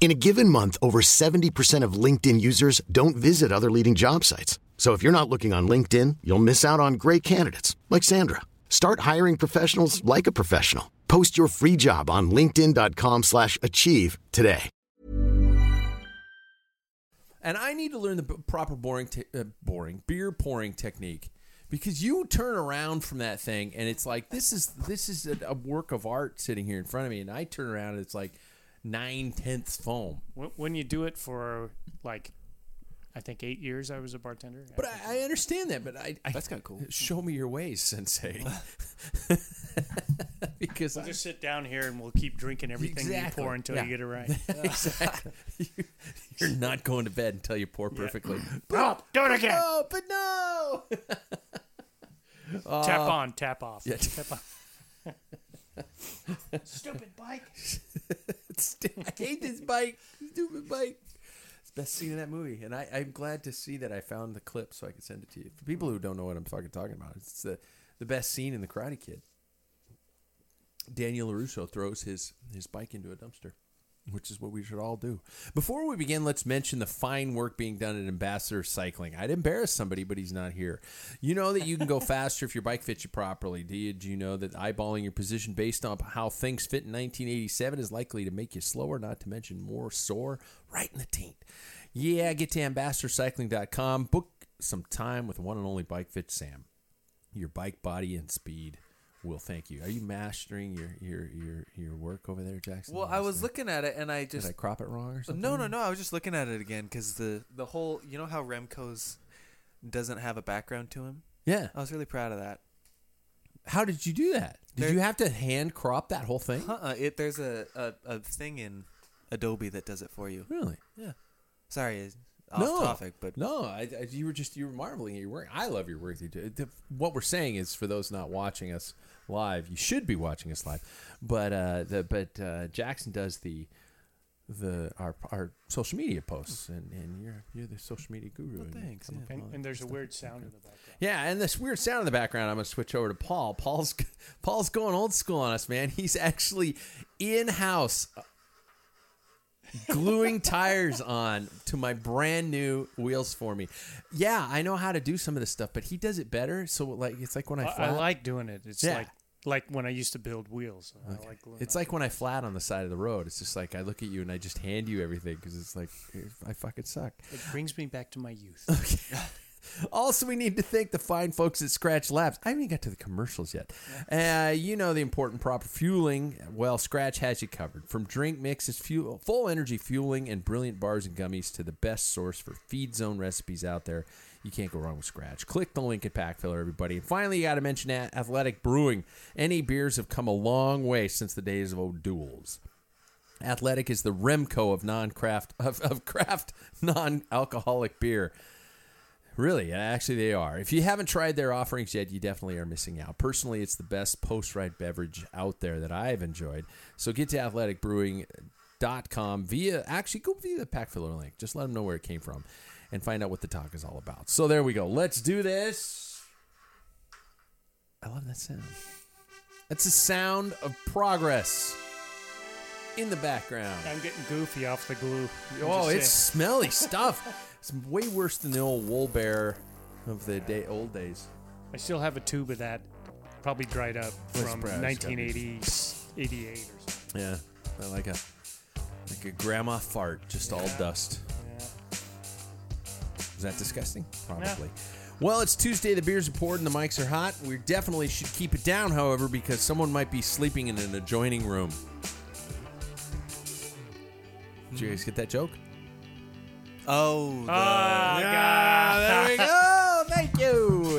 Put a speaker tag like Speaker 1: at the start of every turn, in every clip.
Speaker 1: In a given month, over 70% of LinkedIn users don't visit other leading job sites. So if you're not looking on LinkedIn, you'll miss out on great candidates like Sandra. Start hiring professionals like a professional. Post your free job on linkedin.com/achieve slash achieve today.
Speaker 2: and I need to learn the b- proper boring, te- uh, boring beer pouring technique because you turn around from that thing and it's like this is this is a, a work of art sitting here in front of me, and I turn around and it's like nine tenths foam.
Speaker 3: Wh- When you do it for like, I think eight years I was a bartender.
Speaker 2: But I, I understand that. But I, I
Speaker 4: That's kinda cool.
Speaker 2: Show me your ways, Sensei, because
Speaker 3: We'll
Speaker 2: I,
Speaker 3: just sit down here and we'll keep drinking everything
Speaker 2: Exactly.
Speaker 3: you pour until
Speaker 2: Yeah.
Speaker 3: you get it right.
Speaker 2: exactly. You- You're not going to bed until you pour perfectly.
Speaker 3: oh, do it again.
Speaker 2: No, but no.
Speaker 3: tap on, tap off.
Speaker 2: Uh, yeah.
Speaker 3: Tap on. Stupid bike.
Speaker 2: I hate this bike. Stupid bike. It's the best scene in that movie. And I, I'm glad to see that I found the clip so I can send it to you. For people who don't know what I'm fucking talking about, it's the, the best scene in The Karate Kid. Daniel LaRusso throws his, his bike into a dumpster, which is what we should all do. Before we begin, let's mention the fine work being done at Ambassador Cycling. I'd embarrass somebody, but he's not here. You know that you can go faster if your bike fits you properly. Do you, do you know that eyeballing your position based on how things fit in 1987 is likely to make you slower, not to mention more sore, right in the taint? Yeah, get to ambassadorcycling.com. Book some time with one and only Bike Fit Sam your bike body and speed will thank you. Are you mastering your your your, your work over there, Jackson?
Speaker 4: Well, I was looking at it and I
Speaker 2: Did
Speaker 4: just
Speaker 2: I crop it wrong or something?
Speaker 4: no, no, no. I was just looking at it again because the the whole you know how Remco's doesn't have a background to him.
Speaker 2: Yeah.
Speaker 4: I was really proud of that.
Speaker 2: Uh, How did you do that? Did
Speaker 4: There-
Speaker 2: you have to hand crop that whole thing?
Speaker 4: Uh-uh, it there's a, a a thing in Adobe that does it for you.
Speaker 2: Really?
Speaker 4: Yeah. Sorry, it's off
Speaker 2: no
Speaker 4: topic, but
Speaker 2: no, I, I, you were just you were marveling at your work. I love your work. You do. The- What we're saying is for those not watching us live, you should be watching us live. But uh, the, but uh, Jackson does the the our, our social media posts, and, and you're you're the social media guru. and you
Speaker 4: thanks.
Speaker 2: come
Speaker 4: yeah.
Speaker 2: up with all
Speaker 3: And,
Speaker 2: that
Speaker 3: and there's a
Speaker 2: stuff.
Speaker 3: weird sound in the background.
Speaker 2: Yeah, and this weird sound in the background. I'm gonna switch over to Paul. Paul's Paul's going old school on us, man. He's actually in house gluing tires on to my brand new wheels for me. Yeah, I know how to do some of this stuff, but he does it better. So like, it's like when I,
Speaker 3: I, I
Speaker 2: flat-
Speaker 3: like doing it. It's
Speaker 2: Yeah.
Speaker 3: like like when I used to build wheels. I like gluing
Speaker 2: It's
Speaker 3: on.
Speaker 2: like when I flat on the side of the road. It's just like I look at you and I just hand you everything because it's like I fucking suck.
Speaker 3: it brings me back to my youth.
Speaker 2: Also, we need to thank the fine folks at Scratch Labs. I haven't even got to the commercials yet. Uh, you know the important proper fueling. Well, Scratch has you covered. From drink mixes, fuel, full energy fueling, and brilliant bars and gummies to the best source for feed zone recipes out there. You can't go wrong with Scratch. Click the link at Pack Filler, everybody. And finally, you got to mention at Athletic Brewing. Any beers have come a long way since the days of old duels. Athletic is the Remco of non-craft of, of craft non-alcoholic beer. Really, actually, they are. If you haven't tried their offerings yet, you definitely are missing out. Personally, it's the best post ride beverage out there that I've enjoyed. So get to athleticbrewing.com via, actually, go via the pack filler link. Just let them know where it came from and find out what the talk is all about. So there we go. Let's do this. I love that sound. That's the sound of progress. in the background.
Speaker 3: I'm getting goofy off the glue. I'm
Speaker 2: Oh,
Speaker 3: just
Speaker 2: it's smelly stuff. It's way worse than the old wool bear of the day old days.
Speaker 3: saying. I still have a tube of that, probably dried up
Speaker 2: Well, it's
Speaker 3: from
Speaker 2: probably- it's gotta be-
Speaker 3: 1980, 88 or something.
Speaker 2: Yeah, I like a like a grandma fart, just all dust. Is that disgusting? Probably. Well, it's Tuesday. The beers are poured and the mics are hot. We definitely should keep it down, however, because someone might be sleeping in an adjoining room. Did you guys get that joke?
Speaker 4: Oh, the,
Speaker 3: Ah,
Speaker 2: there
Speaker 3: God.
Speaker 2: we go. Thank you.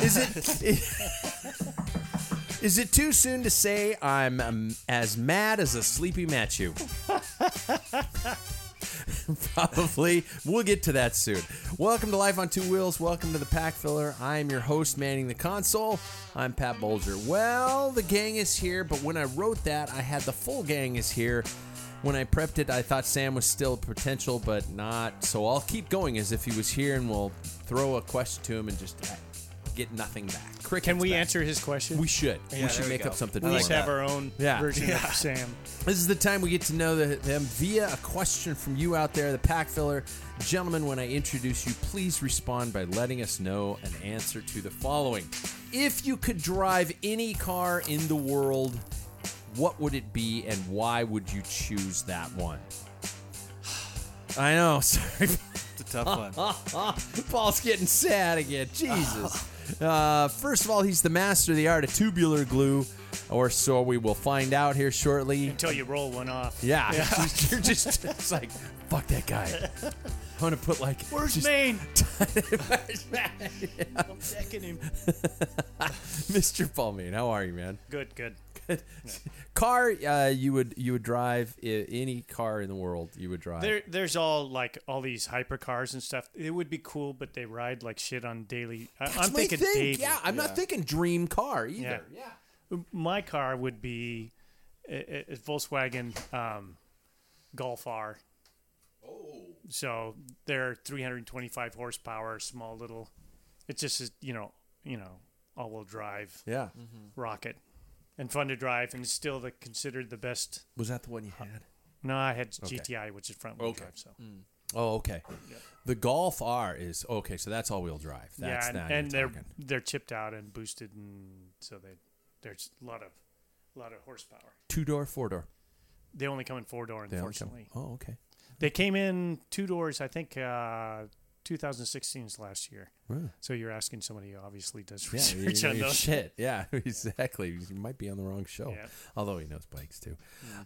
Speaker 2: is it is it too soon to say I'm um, as mad as a sleepy Matthew? Probably. We'll get to that soon. Welcome to Life on Two Wheels. Welcome to the Pack Filler. I am your host, Manning the Console. I'm Pat Bolger. Well, the gang is here, but when I wrote that, I had the full gang is here. When I prepped it, I thought Sam was still potential, but not. So I'll keep going as if he was here, and we'll throw a question to him and just uh, get nothing back. Crickets
Speaker 3: Can we
Speaker 2: back.
Speaker 3: answer his question?
Speaker 2: We should.
Speaker 4: Yeah,
Speaker 2: we should
Speaker 4: there we
Speaker 2: make
Speaker 4: go.
Speaker 2: up something.
Speaker 4: I
Speaker 3: We
Speaker 2: for
Speaker 4: like
Speaker 3: just
Speaker 2: him.
Speaker 3: have our own
Speaker 2: Yeah.
Speaker 3: version of Sam.
Speaker 2: This is the time we get to know the, them via a question from you out there, the pack filler. Gentlemen, when I introduce you, please respond by letting us know an answer to the following If you could drive any car in the world, what would it be and why would you choose that one? I know. Sorry.
Speaker 4: it's a tough one.
Speaker 2: Paul's getting sad again. Jesus. Uh, first of all, he's the master of the art of tubular glue, or so we will find out here shortly.
Speaker 3: Until you roll one off.
Speaker 2: Yeah, you're just it's like fuck that guy. I'm gonna put like
Speaker 3: Where's
Speaker 2: just-
Speaker 3: Maine?
Speaker 2: Where's Matt? Yeah.
Speaker 3: I'm checking him.
Speaker 2: Mr. Paul Maine, how are you, man?
Speaker 3: Good, good.
Speaker 2: Car, uh, you would you would drive I- any car in the world. You would drive.
Speaker 3: There, there's all like all these hypercars and stuff. It would be cool, but they ride like shit on daily. I,
Speaker 2: That's
Speaker 3: I'm
Speaker 2: my
Speaker 3: thinking
Speaker 2: thing.
Speaker 3: daily.
Speaker 2: Yeah, I'm not thinking dream car either. Yeah.
Speaker 3: My car would be a, a- a Volkswagen um, Golf R. Oh. So they're 325 horsepower, small little. It's just a, you know you know all-wheel drive
Speaker 2: Yeah.
Speaker 3: rocket, and fun to drive, and still the considered the best.
Speaker 2: Was that the one you had?
Speaker 3: No, I had GTI, which is front wheel
Speaker 2: Okay.
Speaker 3: drive. So
Speaker 2: Oh, okay. The Golf R is okay, so that's all-wheel drive. That's
Speaker 3: yeah,
Speaker 2: now
Speaker 3: and,
Speaker 2: you're
Speaker 3: and they're
Speaker 2: talking.
Speaker 3: they're chipped out and boosted, and so they there's a lot of lot of horsepower.
Speaker 2: two-door, four-door.
Speaker 3: They only come in four door,
Speaker 2: They only come-
Speaker 3: unfortunately.
Speaker 2: Oh, okay.
Speaker 3: They came in two doors, I think, uh, 2016's last year. So you're asking somebody who obviously does
Speaker 2: Yeah, you
Speaker 3: research
Speaker 2: know
Speaker 3: on
Speaker 2: your
Speaker 3: those.
Speaker 2: shit. Yeah, exactly. You might be on the wrong show.
Speaker 3: Yeah.
Speaker 2: Although he knows bikes too.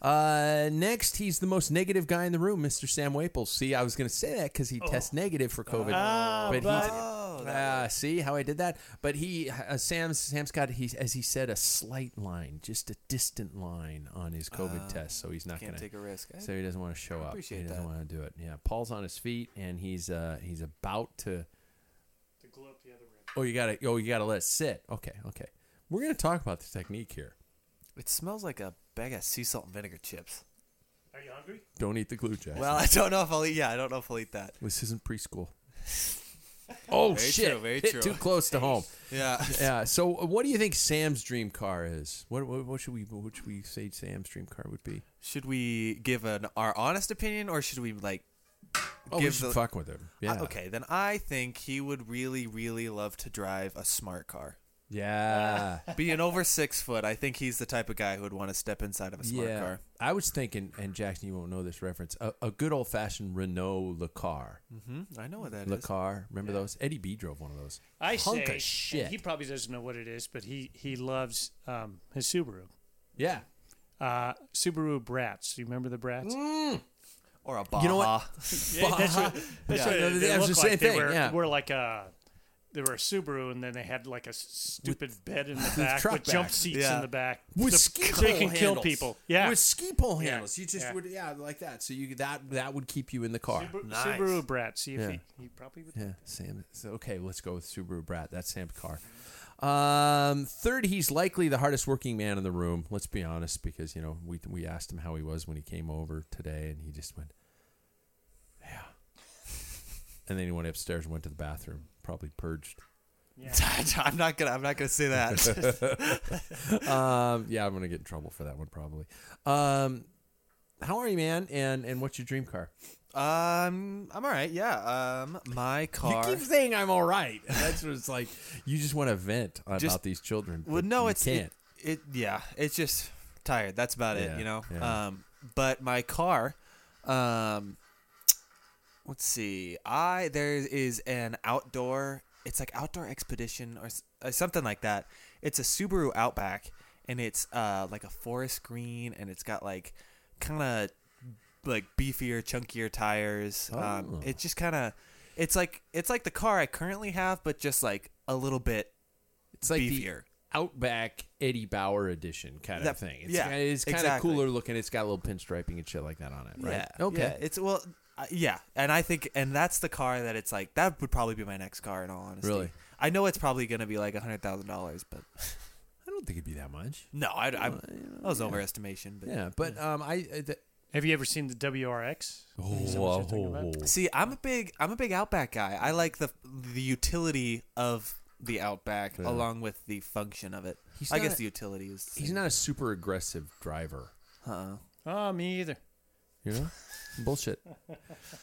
Speaker 2: Uh, next, he's the most negative guy in the room, Mr. Sam Waples. See, I was going to say that because he tests negative for COVID,
Speaker 3: Ah,
Speaker 2: but, he.
Speaker 4: Oh,
Speaker 2: Uh, see how I did that? But he, uh, Sam, Sam's got he, as he said, a slight line, just a distant line on his COVID test, so he's not
Speaker 4: Ah. can't
Speaker 2: going to
Speaker 4: take a risk. I-
Speaker 2: So he doesn't want to show up.
Speaker 4: appreciate
Speaker 2: he doesn't
Speaker 4: that.
Speaker 2: want to do it. Yeah, Paul's on his feet, and he's uh, he's about to. Oh, you gotta. Oh, you gotta let it sit. Okay, okay. We're gonna talk about the technique here.
Speaker 4: It smells like a bag of sea salt and vinegar chips.
Speaker 3: Are you hungry?
Speaker 2: Don't eat the glue, Jack.
Speaker 4: Well, I don't know if I'll eat. Yeah, I don't know if I'll eat that.
Speaker 2: this isn't preschool. Oh
Speaker 4: Very
Speaker 2: shit!
Speaker 4: true, very
Speaker 2: Hit
Speaker 4: true.
Speaker 2: Too close to home.
Speaker 4: Yeah.
Speaker 2: Yeah. So, uh, what do you think Sam's dream car is? What what, what should we what should we say Sam's dream car would be?
Speaker 4: Should we give an our honest opinion, or should we like?
Speaker 2: Oh, we
Speaker 4: give
Speaker 2: should
Speaker 4: the-
Speaker 2: fuck with him. Yeah.
Speaker 4: Uh, okay, then I think he would really, really love to drive a smart car.
Speaker 2: Yeah.
Speaker 4: Being over six foot, I think he's the type of guy who would want to step inside of a smart
Speaker 2: yeah.
Speaker 4: car.
Speaker 2: I was thinking, and Jackson, you won't know this reference. A, a good old fashioned Renault Le Car.
Speaker 4: Hmm? I know what that is.
Speaker 2: Le Car. Remember those? Eddie B drove one of those.
Speaker 3: I
Speaker 2: Hunk
Speaker 3: say,
Speaker 2: of
Speaker 3: and
Speaker 2: shit.
Speaker 3: he probably doesn't know what it is, but he, he loves um, his Subaru.
Speaker 2: Yeah.
Speaker 3: Uh, Subaru Brats. Do you remember the Brats?
Speaker 2: Mm,
Speaker 4: Or a Baja.
Speaker 2: know what?
Speaker 3: Yeah, that's what, that's
Speaker 2: Yeah.
Speaker 3: what
Speaker 2: No,
Speaker 3: they
Speaker 2: that was
Speaker 3: look
Speaker 2: the
Speaker 3: like.
Speaker 2: same
Speaker 3: They
Speaker 2: thing,
Speaker 3: Were,
Speaker 2: yeah.
Speaker 3: were like a they were a Subaru, and then they had like a s- stupid bed in the back
Speaker 2: truck
Speaker 3: with jump
Speaker 2: back.
Speaker 3: seats
Speaker 4: Yeah.
Speaker 3: in the back.
Speaker 2: with
Speaker 3: so
Speaker 2: ski pole
Speaker 3: they can
Speaker 2: handles.
Speaker 3: kill people. Yeah,
Speaker 2: with ski pole
Speaker 3: Yeah,
Speaker 2: handles. You just
Speaker 3: yeah.
Speaker 2: would, yeah, like that. So you that that would keep you in the car.
Speaker 3: Subaru,
Speaker 4: Nice.
Speaker 3: Subaru Brat. See if
Speaker 2: Yeah.
Speaker 3: he, he probably would.
Speaker 2: Yeah, Sam. So, okay, let's go with Subaru Brat. That's Sam's car. Um, third, he's likely the hardest working man in the room. Let's be honest, because you know we we asked him how he was when he came over today, and he just went, yeah. And then he went upstairs and went to the bathroom, probably purged.
Speaker 4: I'm not gonna. I'm not gonna say that.
Speaker 2: Um, yeah, I'm gonna get in trouble for that one probably. Um, how are you, man? And and what's your dream car?
Speaker 4: um, I'm all right. Yeah. Um, my car.
Speaker 2: You keep saying I'm all right. That's what it's like. You just want to vent about
Speaker 4: Just-
Speaker 2: these children.
Speaker 4: Well,
Speaker 2: but
Speaker 4: no,
Speaker 2: you
Speaker 4: it's
Speaker 2: can't.
Speaker 4: it, it. Yeah, it's just tired. That's about
Speaker 2: Yeah,
Speaker 4: it. You know.
Speaker 2: yeah.
Speaker 4: Um, but my car. Um, let's see. I there is an outdoor. It's like outdoor expedition or s- uh, something like that. It's a Subaru Outback, and it's uh like a forest green, and it's got like kind of like beefier, chunkier tires.
Speaker 2: Oh.
Speaker 4: Um, it's just kind of. It's like it's like the car I currently have, but just like a little bit
Speaker 2: it's like the
Speaker 4: beefier.
Speaker 2: Outback Eddie Bauer edition kind of
Speaker 4: That-
Speaker 2: thing. It's,
Speaker 4: yeah,
Speaker 2: kinda- it's kind
Speaker 4: exactly.
Speaker 2: of cooler looking. It's got a little pinstriping and shit like that on it, right?
Speaker 4: Yeah.
Speaker 2: Okay.
Speaker 4: Yeah, it's well, uh, yeah, and I think, and that's the car that it's like that would probably be my next car in all honesty.
Speaker 2: Really?
Speaker 4: I know it's probably gonna be like a hundred thousand dollars, but
Speaker 2: I don't think it'd be that much.
Speaker 4: no, I, I, that was overestimation. But
Speaker 2: Yeah, but um, I. I th-
Speaker 3: Have you ever seen the WRX?
Speaker 2: Oh,
Speaker 3: Is that what you're talking about?
Speaker 4: see, I'm a big, I'm a big Outback guy. I like the the utility of the Outback along with the function of it.
Speaker 2: He's
Speaker 4: I
Speaker 2: not
Speaker 4: guess
Speaker 2: a-
Speaker 4: the utility is. the
Speaker 2: he's
Speaker 4: same.
Speaker 2: not a super aggressive driver.
Speaker 3: Oh, me either.
Speaker 2: You know, bullshit.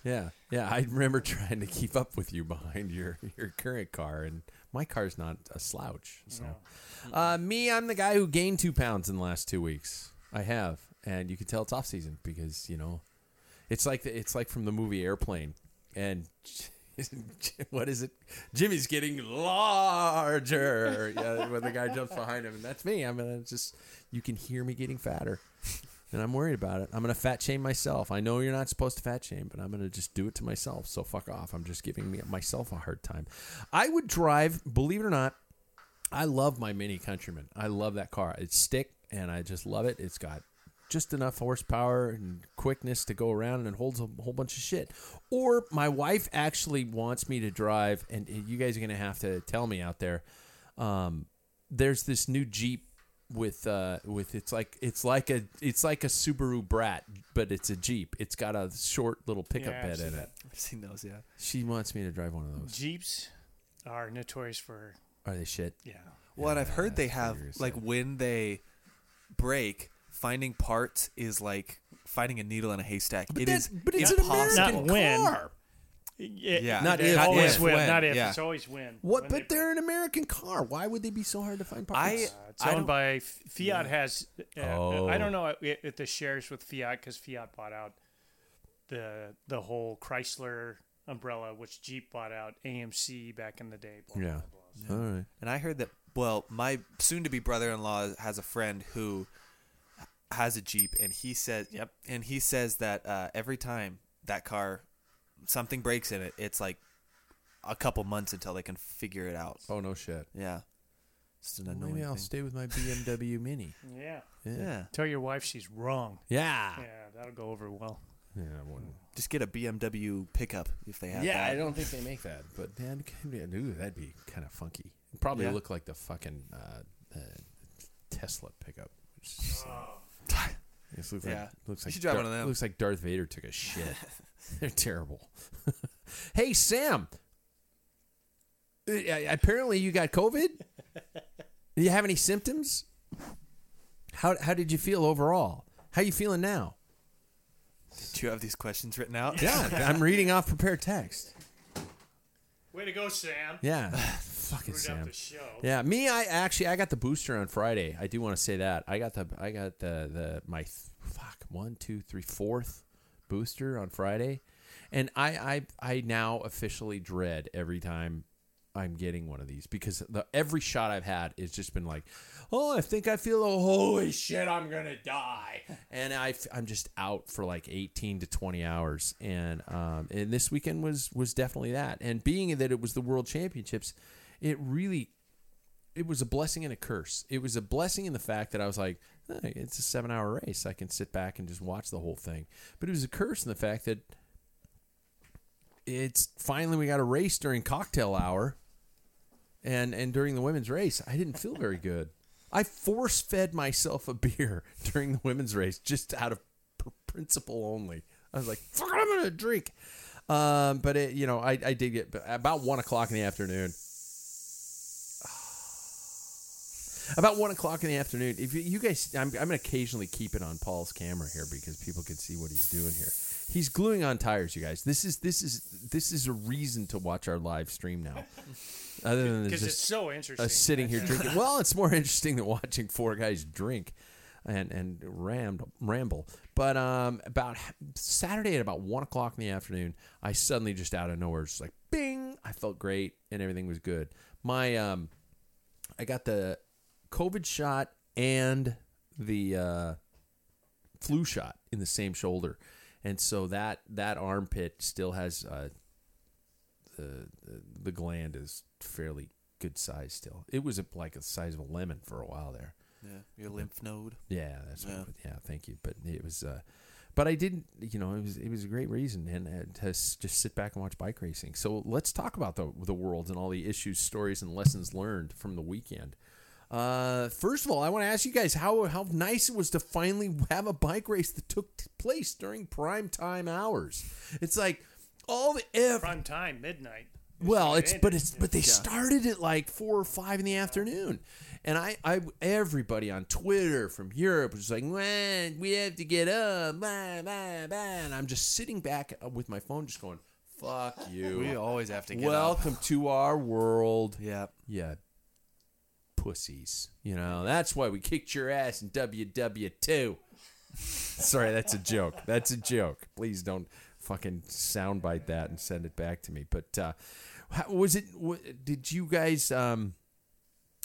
Speaker 2: Yeah, yeah. I remember trying to keep up with you behind your your current car, and my car's not a slouch. So, uh, me, I'm the guy who gained two pounds in the last two weeks. I have, and you can tell it's off season because you know, it's like the, it's like from the movie Airplane, and. What is it? Jimmy's getting larger. Yeah, when the guy jumps behind him, and that's me. I'm gonna just you can hear me getting fatter and I'm worried about it. I'm gonna fat shame myself. I know you're not supposed to fat shame, but I'm gonna just do it to myself. So fuck off. I'm just giving me, myself a hard time. I would drive, believe it or not. I love my Mini Countryman. I love that car. It's stick, and I just love it. It's got just enough horsepower and quickness to go around, and it holds a whole bunch of shit. Or my wife actually wants me to drive, and you guys are gonna have to tell me out there. Um, there's this new Jeep with uh with it's like it's like a it's like a Subaru Brat, but it's a Jeep. It's got a short little pickup
Speaker 3: Yeah, I've
Speaker 2: bed
Speaker 3: seen
Speaker 2: in it.
Speaker 3: that.
Speaker 4: I've seen those, yeah.
Speaker 2: She wants me to drive one of those.
Speaker 3: Jeeps are notorious for
Speaker 2: Are they shit?
Speaker 3: yeah.
Speaker 4: Well, and I've heard they
Speaker 2: that's what
Speaker 4: have
Speaker 2: you're
Speaker 4: like when they break, finding parts is like finding a needle in a haystack. It
Speaker 2: that-
Speaker 4: is
Speaker 2: but it's an
Speaker 4: impossible.
Speaker 2: American
Speaker 3: Not when.
Speaker 2: car.
Speaker 4: Yeah.
Speaker 2: Not
Speaker 3: They
Speaker 2: if,
Speaker 3: always
Speaker 2: if,
Speaker 3: win.
Speaker 4: when,
Speaker 3: Not if.
Speaker 4: yeah.
Speaker 3: It's always win.
Speaker 2: What?
Speaker 3: When
Speaker 2: but
Speaker 3: they-
Speaker 2: they are an American car. Why would they be so hard to find
Speaker 4: I,
Speaker 2: parts?
Speaker 3: Uh, it's
Speaker 4: I
Speaker 3: owned
Speaker 4: don't,
Speaker 3: by F- Fiat. Has uh,
Speaker 2: Oh.
Speaker 3: I don't know if if the shares with Fiat because Fiat bought out the the whole Chrysler umbrella, which Jeep bought out AMC back in the day. blah, blah,
Speaker 2: yeah.
Speaker 3: blah.
Speaker 2: All right.
Speaker 4: And I heard that, well, my soon to be brother in law has a friend who has a Jeep, and he says, yep. And he says that uh, every time that car, something breaks in it, it's like a couple months until they can figure it out.
Speaker 2: Oh no shit.
Speaker 4: Yeah. It's an annoying
Speaker 2: Maybe I'll
Speaker 4: thing.
Speaker 2: stay with my BMW Mini.
Speaker 3: Yeah.
Speaker 4: yeah.
Speaker 3: Tell your wife she's wrong.
Speaker 2: Yeah.
Speaker 3: Yeah, that'll go over well.
Speaker 2: Yeah. I wouldn't-
Speaker 4: Just get a BMW pickup if they have
Speaker 2: Yeah,
Speaker 4: that.
Speaker 2: I don't think they make that, but uh, man, could be- ooh, that'd be kind of funky. It'd probably
Speaker 4: Yeah.
Speaker 2: look like the fucking uh, uh, Tesla pickup. which is just like-
Speaker 3: Oh.
Speaker 2: It looks like,
Speaker 4: Yeah.
Speaker 2: looks
Speaker 4: You
Speaker 2: like
Speaker 4: should drive
Speaker 2: Dar-
Speaker 4: one of them.
Speaker 2: Looks like Darth Vader took a shit. They're terrible. hey, Sam. Uh, Apparently, you got COVID. Do you have any symptoms? How how did you feel overall? How you feeling now?
Speaker 4: Do you have these questions written out?
Speaker 2: Yeah, I'm reading off prepared text.
Speaker 3: Way to go, Sam.
Speaker 2: Yeah, fucking
Speaker 3: Screwed up
Speaker 2: Sam.
Speaker 3: the show.
Speaker 2: Yeah, me. I actually I got the booster on Friday. I do want to say that I got the I got the the my th- fuck one two three fourth booster on Friday, and I I I now officially dread every time I'm getting one of these because the every shot I've had has just been like, oh I think I feel oh holy shit I'm gonna die, and I f- I'm just out for like 18 to 20 hours, and um and this weekend was was definitely that, and being that it was the World Championships. It really it was a blessing and a curse. It was a blessing in the fact that I was like, "Hey, it's a seven hour race. I can sit back and just watch the whole thing. But it was a curse in the fact that it's finally we got a race during cocktail hour and and during the women's race. I didn't feel very good. I force fed myself a beer during the women's race just out of pr- principle only. I was like, "Fuck it, I'm gonna drink. Um, but it, you know, I, I did get about one o'clock in the afternoon. About one o'clock in the afternoon. If you, you guys, I'm, I'm gonna occasionally keep it on Paul's camera here because people can see what he's doing here. He's gluing on tires, you guys. This is this is this is a reason to watch our live stream now. Other than
Speaker 3: because it's
Speaker 2: just
Speaker 3: so interesting.
Speaker 2: us uh, sitting here drinking. Well, it's more interesting than watching four guys drink and and ramble ramble. But um, about Saturday at about one o'clock in the afternoon, I suddenly just out of nowhere, just like bing, I felt great and everything was good. My um, I got the COVID shot and the uh, flu shot in the same shoulder, and so that that armpit still has uh, the the gland is fairly good size still. It was a, like the size of a lemon for a while there.
Speaker 4: Yeah, your lymph node.
Speaker 2: Yeah, that's yeah.
Speaker 4: Yeah.
Speaker 2: yeah. Thank you, but it was. Uh, but I didn't. You know, it was it was a great reason and uh, to s- just sit back and watch bike racing. So let's talk about the the world and all the issues, stories, and lessons learned from the weekend. Uh, first of all, I want to ask you guys how how nice it was to finally have a bike race that took t- place during prime time hours. It's like all the ev-
Speaker 3: prime time midnight.
Speaker 2: well,
Speaker 3: how it
Speaker 2: it's but
Speaker 3: ended.
Speaker 2: it's but they started at like four or five in the afternoon, and I I everybody on Twitter from Europe was like, "When we have to get up," blah, blah, blah," and I'm just sitting back uh, with my phone, just going, "Fuck you."
Speaker 4: We always have to get up.
Speaker 2: Welcome to our world.
Speaker 4: Yeah.
Speaker 2: Yeah. Pussies. You know, that's why we kicked your ass in WW2. Sorry, that's a joke. That's a joke. Please don't fucking soundbite that and send it back to me. But uh how, was it wa- did you guys um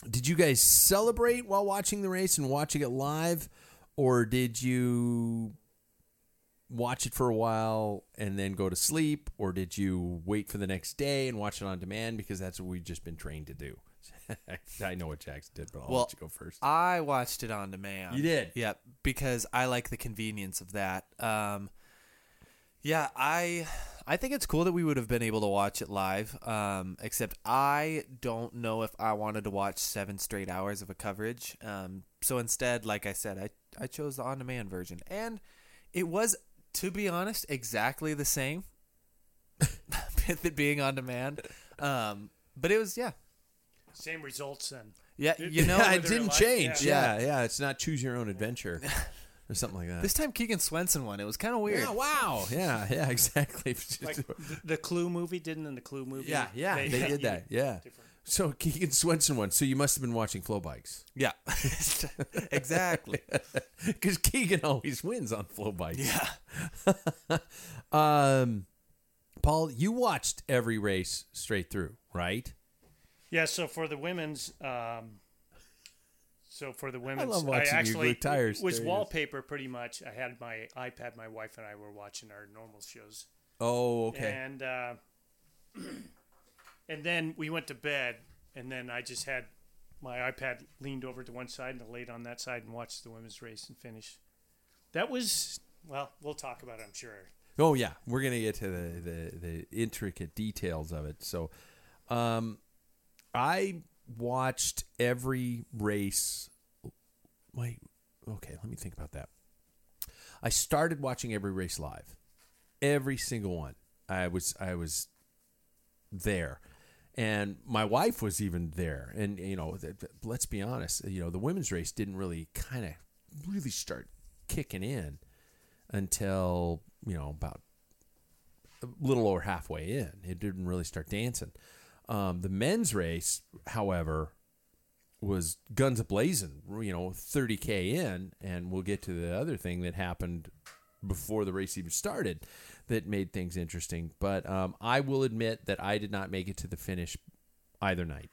Speaker 2: did you guys celebrate while watching the race and watching it live or did you watch it for a while and then go to sleep or did you wait for the next day and watch it on demand because that's what we've just been trained to do i know what jackson did but i'll
Speaker 4: Well,
Speaker 2: let you go first
Speaker 4: I watched it on demand.
Speaker 2: You did?
Speaker 4: Yep, because I like the convenience of that. Um, yeah, I I think it's cool that we would have been able to watch it live. Um, except I don't know if I wanted to watch seven straight hours of a coverage. Um, so instead, like I said, I I chose the on demand version, and it was, to be honest, exactly the same with it being on demand. Um, but it was yeah.
Speaker 3: Same results then.
Speaker 4: Yeah,
Speaker 3: Did-
Speaker 4: you know,
Speaker 3: Yeah,
Speaker 2: it
Speaker 3: whether
Speaker 2: didn't
Speaker 3: like-
Speaker 2: change yeah.
Speaker 4: yeah.
Speaker 2: yeah it's not choose your own adventure or something like that
Speaker 4: This time Keegan Swenson won. It was kind of weird.
Speaker 2: yeah wow yeah yeah exactly
Speaker 3: Like the, the Clue movie didn't, in the Clue movie.
Speaker 2: yeah yeah they, did that yeah so keegan swenson won so you must have been watching flow bikes
Speaker 4: Yeah, exactly.
Speaker 2: because Keegan always wins on flow bikes. Yeah. um, Paul, you watched every race straight through, right?
Speaker 3: Yeah. So for the women's, um, so for the women's,
Speaker 2: love watching you glue
Speaker 3: actually
Speaker 2: tires.
Speaker 3: was
Speaker 2: There it is.
Speaker 3: wallpaper pretty much. I had my iPad. My wife and I were watching our normal shows.
Speaker 2: Oh, okay.
Speaker 3: And uh, and then we went to bed, and then I just had my iPad leaned over to one side and I laid on that side and watched the women's race and finish. That was well, we'll talk about it, I'm sure.
Speaker 2: Oh, yeah. We're gonna get to the the, the intricate details of it. So, um, I watched every race. Wait, okay. Let me think about that. I started watching every race live, every single one. I was I was there. And my wife was even there. And, you know, th- th- let's be honest, you know, the women's race didn't really kind of really start kicking in until, you know, about a little over halfway in. It didn't really start dancing. Um, the men's race, however, was guns ablazing, you know, 30K in. And we'll get to the other thing that happened before the race even started that made things interesting. But um, I will admit that I did not make it to the finish either night.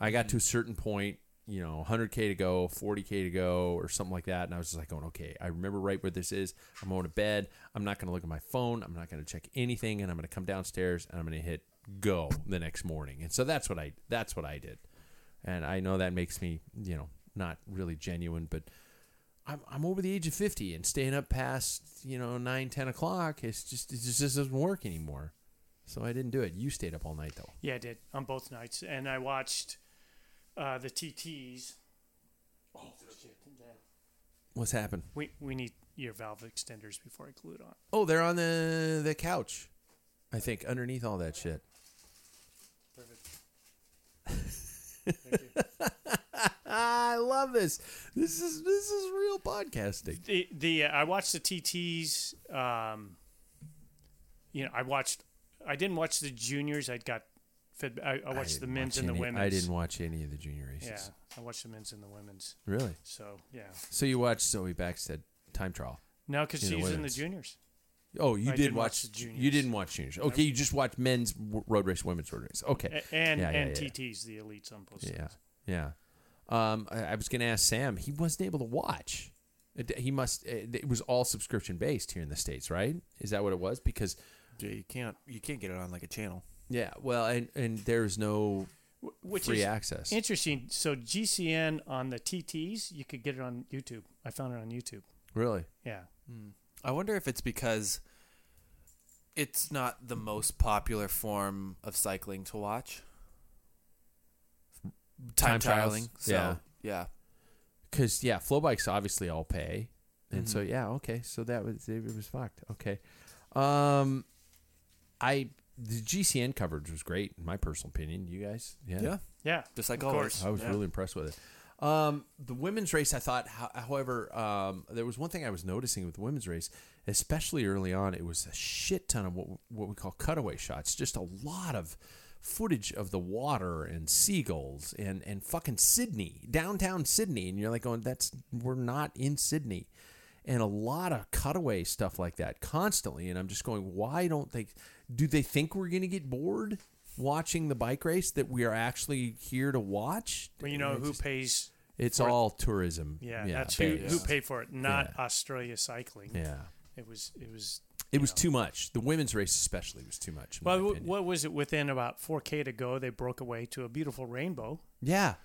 Speaker 2: I got to a certain point, you know, 100K to go, 40K to go, or something like that. And I was just like, going, okay, I remember right where this is. I'm going to bed. I'm not going to look at my phone. I'm not going to check anything. And I'm going to come downstairs and I'm going to hit go the next morning. And so that's what I, that's what I did. And I know that makes me, you know, not really genuine, but I'm, I'm over the age of 50 and staying up past, you know, 9, 10 o'clock. It's just, it just doesn't work anymore. So I didn't do it. You stayed up all night though.
Speaker 3: Yeah, I did on both nights, and I watched uh, the TTS. Oh shit!
Speaker 2: What's happened?
Speaker 3: We we need your valve extenders before I glue it on.
Speaker 2: Oh, they're on the the couch. I think underneath all that shit.
Speaker 3: Perfect.
Speaker 2: I love this. This is this is real podcasting.
Speaker 3: the the uh, I watched the TTs. Um, you know, I watched. I didn't watch the juniors. I got fed. I, I watched the
Speaker 2: didn't
Speaker 3: men's
Speaker 2: watch
Speaker 3: and the
Speaker 2: any-
Speaker 3: women's.
Speaker 2: I didn't watch any of the junior races.
Speaker 3: Yeah, I watched the men's and the women's.
Speaker 2: Really?
Speaker 3: So yeah,
Speaker 2: So you watched Zoe Backstead time trial?
Speaker 3: no, because
Speaker 2: In the
Speaker 3: she's in the
Speaker 2: women's.
Speaker 3: juniors.
Speaker 2: Oh, you
Speaker 3: I
Speaker 2: did
Speaker 3: did watch
Speaker 2: watch,
Speaker 3: the juniors.
Speaker 2: You didn't watch juniors. Okay, you just watched men's w- road race, women's road race. Okay,
Speaker 3: A- and
Speaker 2: Yeah, yeah,
Speaker 3: and
Speaker 2: yeah.
Speaker 3: TTs, the elites on both
Speaker 2: Yeah,
Speaker 3: sides.
Speaker 2: yeah. Um, I, I was going to ask Sam. He wasn't able to watch. It- He must. It it was all subscription based here in the states, right? Is that what it was? Because
Speaker 4: Yeah, you can't you can't get it on like a channel.
Speaker 2: yeah, well, and and there's no
Speaker 3: Wh- Which
Speaker 2: free
Speaker 3: is
Speaker 2: access.
Speaker 3: interesting. So GCN on the TTs, you could get it on YouTube. I found it on YouTube.
Speaker 2: really.
Speaker 3: Yeah,
Speaker 4: I wonder if it's because it's not the most popular form of cycling to watch.
Speaker 2: Time trials,
Speaker 4: trialing, So,
Speaker 2: yeah.
Speaker 4: yeah.
Speaker 2: Because yeah, flow bikes obviously all pay, and so
Speaker 4: Mm-hmm.
Speaker 2: yeah, okay. So that was it was fucked. Okay, um, I the GCN coverage was great in my personal opinion. You guys, yeah,
Speaker 4: Yeah.
Speaker 3: yeah.
Speaker 4: Just like
Speaker 3: Of
Speaker 4: always.
Speaker 3: course.
Speaker 2: I was
Speaker 4: Yeah.
Speaker 2: really impressed with it. Um, the women's race, I thought, ho- however, um, there was one thing I was noticing with the women's race, especially early on, it was a shit ton of what, what we call cutaway shots, just a lot of footage of the water and seagulls and, and fucking Sydney, downtown Sydney. And you're like, going, that's, we're not in Sydney. And a lot of cutaway stuff like that constantly. And I'm just going, why don't they, do they think we're going to get bored? Watching the bike race that we are actually here to watch,
Speaker 3: Well, you know who pays?
Speaker 2: it's
Speaker 3: for it?
Speaker 2: all tourism.
Speaker 3: Yeah, that's who,
Speaker 2: based.
Speaker 3: who paid for it, not
Speaker 2: Yeah.
Speaker 3: Australia Cycling.
Speaker 2: Yeah,
Speaker 3: It was it was
Speaker 2: it was too much. The women's race, especially, was too much. in my
Speaker 3: Well, w-
Speaker 2: opinion.
Speaker 3: what was it? Within about 4K to go, they broke away to a beautiful rainbow,
Speaker 2: Yeah,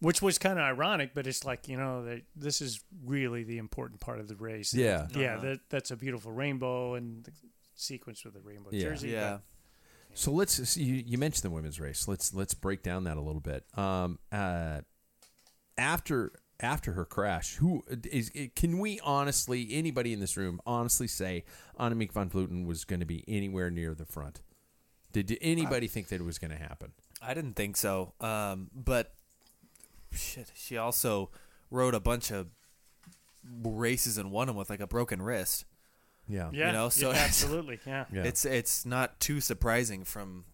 Speaker 3: which was kind of ironic, but it's like, you know, that this is really the important part of the race.
Speaker 2: Yeah.
Speaker 4: Uh-huh.
Speaker 3: Yeah, that, that's a beautiful rainbow and the sequence with the rainbow
Speaker 2: Yeah.
Speaker 3: jersey.
Speaker 4: Yeah.
Speaker 2: So let's so you, you mentioned the women's race. Let's let's break down that a little bit. Um, uh, after after her crash, who is can we honestly anybody in this room honestly say Annemiek van Vleuten was going to be anywhere near the front? Did, did anybody think that it was going to happen?
Speaker 4: I didn't think so. Um, but shit, she also rode a bunch of races and won them with like a broken wrist.
Speaker 3: But- Yeah,
Speaker 4: know,
Speaker 3: yeah,
Speaker 4: so-
Speaker 3: absolutely. Yeah.
Speaker 2: Yeah.
Speaker 4: It's it's not too surprising from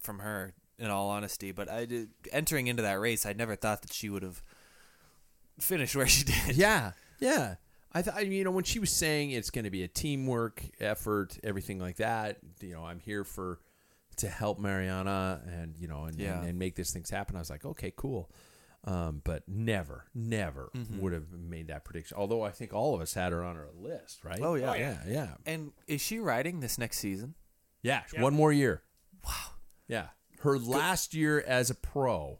Speaker 4: from her in all honesty, but I did, entering into that race, I never thought that she would have finished where she did.
Speaker 2: Yeah, yeah. I thought you know when she was saying it's going to be a teamwork effort, everything like that. You know, I'm here for to help Mariana and you know and
Speaker 4: Yeah.
Speaker 2: and, and make these things happen. I was like, okay, cool. Um, but never, never would have made that prediction. Although I think all of us had her on our list, right?
Speaker 4: Oh, yeah.
Speaker 2: yeah, yeah,
Speaker 4: And is she riding this next season?
Speaker 2: yeah. One more year. Wow. Yeah, her last year as a pro.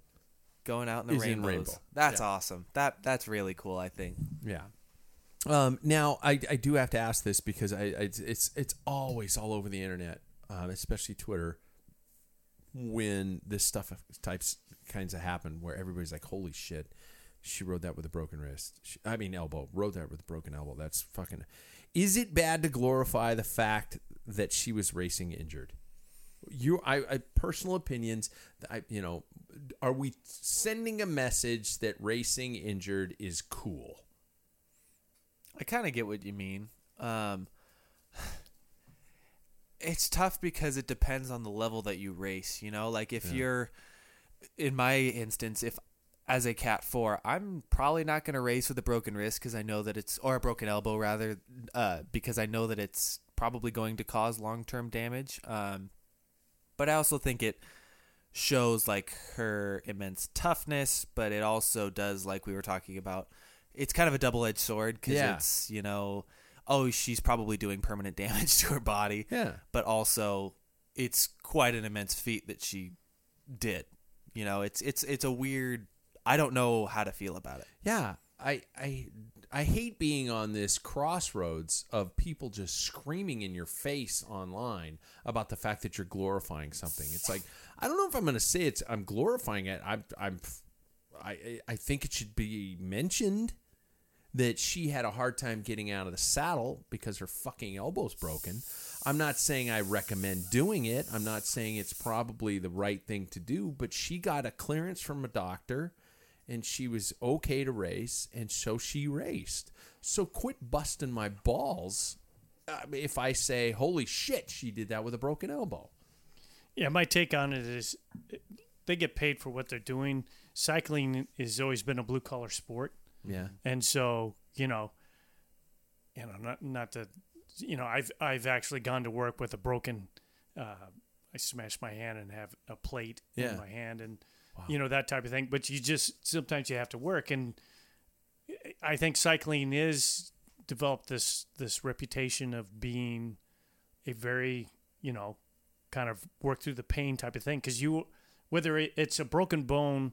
Speaker 4: Going out in the
Speaker 2: Is in
Speaker 4: rainbows.
Speaker 2: Rainbow.
Speaker 4: That's awesome. That that's really cool, I think.
Speaker 2: Yeah. Um, now I, I do have to ask this because I, I it's- it's it's always all over the internet, um, especially Twitter, when this stuff types kinds of happen where everybody's like, "Holy shit, she rode that with a broken wrist." She, I mean, elbow rode that with a broken elbow. That's fucking. Is it bad to glorify the fact that she was racing injured? you I, I personal opinions I you know are we sending a message that racing injured is cool?
Speaker 4: I kind of get what you mean. Um, it's tough because it depends on the level that you race. You know, like if you're, in my instance, if as a cat four, I'm probably not going to race with a broken wrist because I know that it's or a broken elbow rather, uh, because I know that it's probably going to cause long term damage. Um, but I also think it shows like her immense toughness, but it also does like we were talking about. It's kind of a double edged sword because
Speaker 2: Yeah.
Speaker 4: it's you know, oh she's probably doing permanent damage to her body,
Speaker 2: Yeah.
Speaker 4: but also it's quite an immense feat that she did. You know, it's it's it's a weird. I don't know how to feel about it.
Speaker 2: Yeah, I I I hate being on this crossroads of people just screaming in your face online about the fact that you're glorifying something. It's like I don't know if I'm going to say it's I'm glorifying it. I'm I'm I I- I think it should be mentioned that she had a hard time getting out of the saddle because her fucking elbow's broken. I'm not saying I recommend doing it. I'm not saying it's probably the right thing to do, but she got a clearance from a doctor and she was okay to race, and so she raced. So quit busting my balls uh, if I say, holy shit, she did that with a broken elbow.
Speaker 3: Yeah, my take on it is uh, they get paid for what they're doing. Cycling has always been a blue collar sport,
Speaker 2: Yeah.
Speaker 3: and so you know, you know, not not to, you know, I've I've actually gone to work with a broken. Uh, I smashed my hand and have a plate
Speaker 2: Yeah.
Speaker 3: in my hand, and you know that type of thing. But you just sometimes you have to work, and I think cycling is developed this this reputation of being a very you know kind of work through the pain type of thing because you whether it- it's a broken bone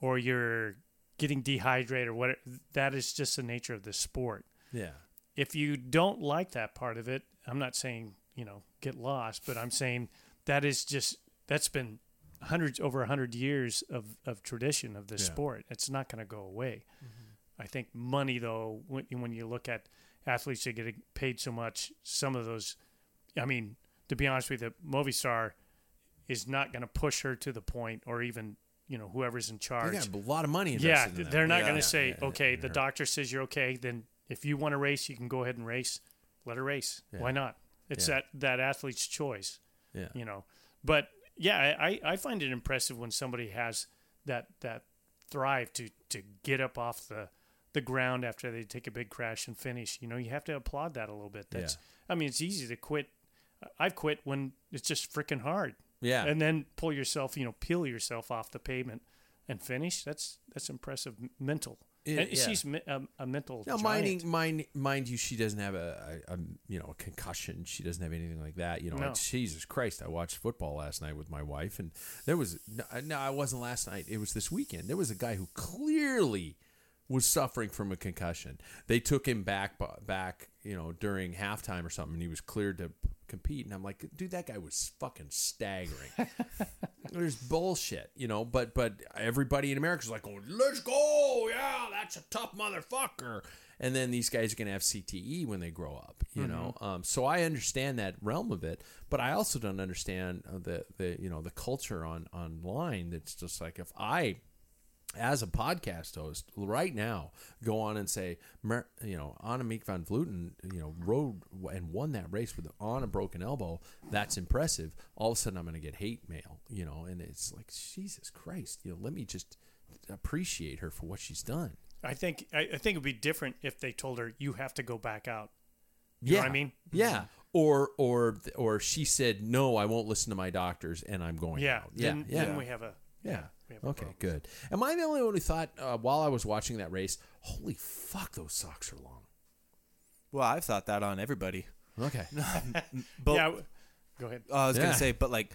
Speaker 3: or you're getting dehydrated or what that is just the nature of the sport
Speaker 2: Yeah.
Speaker 3: if you don't like that part of it i'm not saying you know get lost but i'm saying that is just that's been hundreds over a hundred years of, of tradition of this
Speaker 2: Yeah. Mm-hmm.
Speaker 3: sport it's not going to go away i think money though when, when you look at athletes that get paid so much some of those i mean to be honest with you the movie star is not going to push her to the point or even you know whoever's in
Speaker 2: They
Speaker 3: charge
Speaker 2: got a lot of money invested
Speaker 3: yeah,
Speaker 2: in
Speaker 3: th-
Speaker 2: that.
Speaker 3: they're not
Speaker 4: Yeah.
Speaker 3: going to
Speaker 4: Yeah,
Speaker 3: say,
Speaker 2: yeah,
Speaker 3: okay, the doctor says you're okay. Then if you want to race, you can go ahead and race. Let her race. Why not? It's
Speaker 2: Yeah.
Speaker 3: that that athlete's choice,
Speaker 2: Yeah.
Speaker 3: you know. But yeah, I, I- I find it impressive when somebody has that that thrive to to get up off the the ground after they take a big crash and finish. You know, you have to applaud that a little bit. That's I mean, it's easy to quit. I've quit when it's just freaking hard.
Speaker 2: Yeah.
Speaker 3: And then pull yourself, you know, peel yourself off the pavement and finish. That's that's impressive m- mental.
Speaker 2: Yeah,
Speaker 3: and
Speaker 2: yeah.
Speaker 3: she's mi- a, a mental.
Speaker 2: Now,
Speaker 3: giant.
Speaker 2: mind, mind, mind you, she doesn't have a, a, a you know a concussion. She doesn't have anything like that. You know,
Speaker 3: No.
Speaker 2: it's- Jesus Christ! I watched football last night with my wife, and there was no, no, I wasn't last night. It was this weekend. There was a guy who clearly was suffering from a concussion. They took him back back you know during halftime or something, and he was cleared to compete. And I'm like, dude, that guy was fucking staggering. There's bullshit, you know, but but everybody in America's like, oh, let's go, yeah, that's a tough motherfucker. And then these guys are gonna have CTE when they grow up, you know. Um, so I understand that realm of it, but I also don't understand uh, the the you know the culture on online that's just like if I as a podcast host right now go on and say Mer- you know Anna Meek van Vleuten you know rode and won that race with on a broken elbow that's impressive all of a sudden I'm going to get hate mail you know and it's like Jesus Christ you know let me just appreciate her for what she's done
Speaker 3: I think I, I think it'd be different if they told her you have to go back out. You know what I mean?
Speaker 2: yeah or or or she said no I won't listen to my doctors and I'm going
Speaker 3: Yeah.
Speaker 2: out.
Speaker 3: Then, then we have a
Speaker 2: Yeah.
Speaker 3: we have a
Speaker 2: Okay, good. Am I the only one who thought uh, while I was watching that race, holy fuck, those socks are long?
Speaker 4: Well, I've thought that on everybody.
Speaker 2: Okay.
Speaker 4: But
Speaker 3: yeah. w- Go ahead.
Speaker 4: Uh, I was
Speaker 2: Yeah.
Speaker 4: gonna say, but like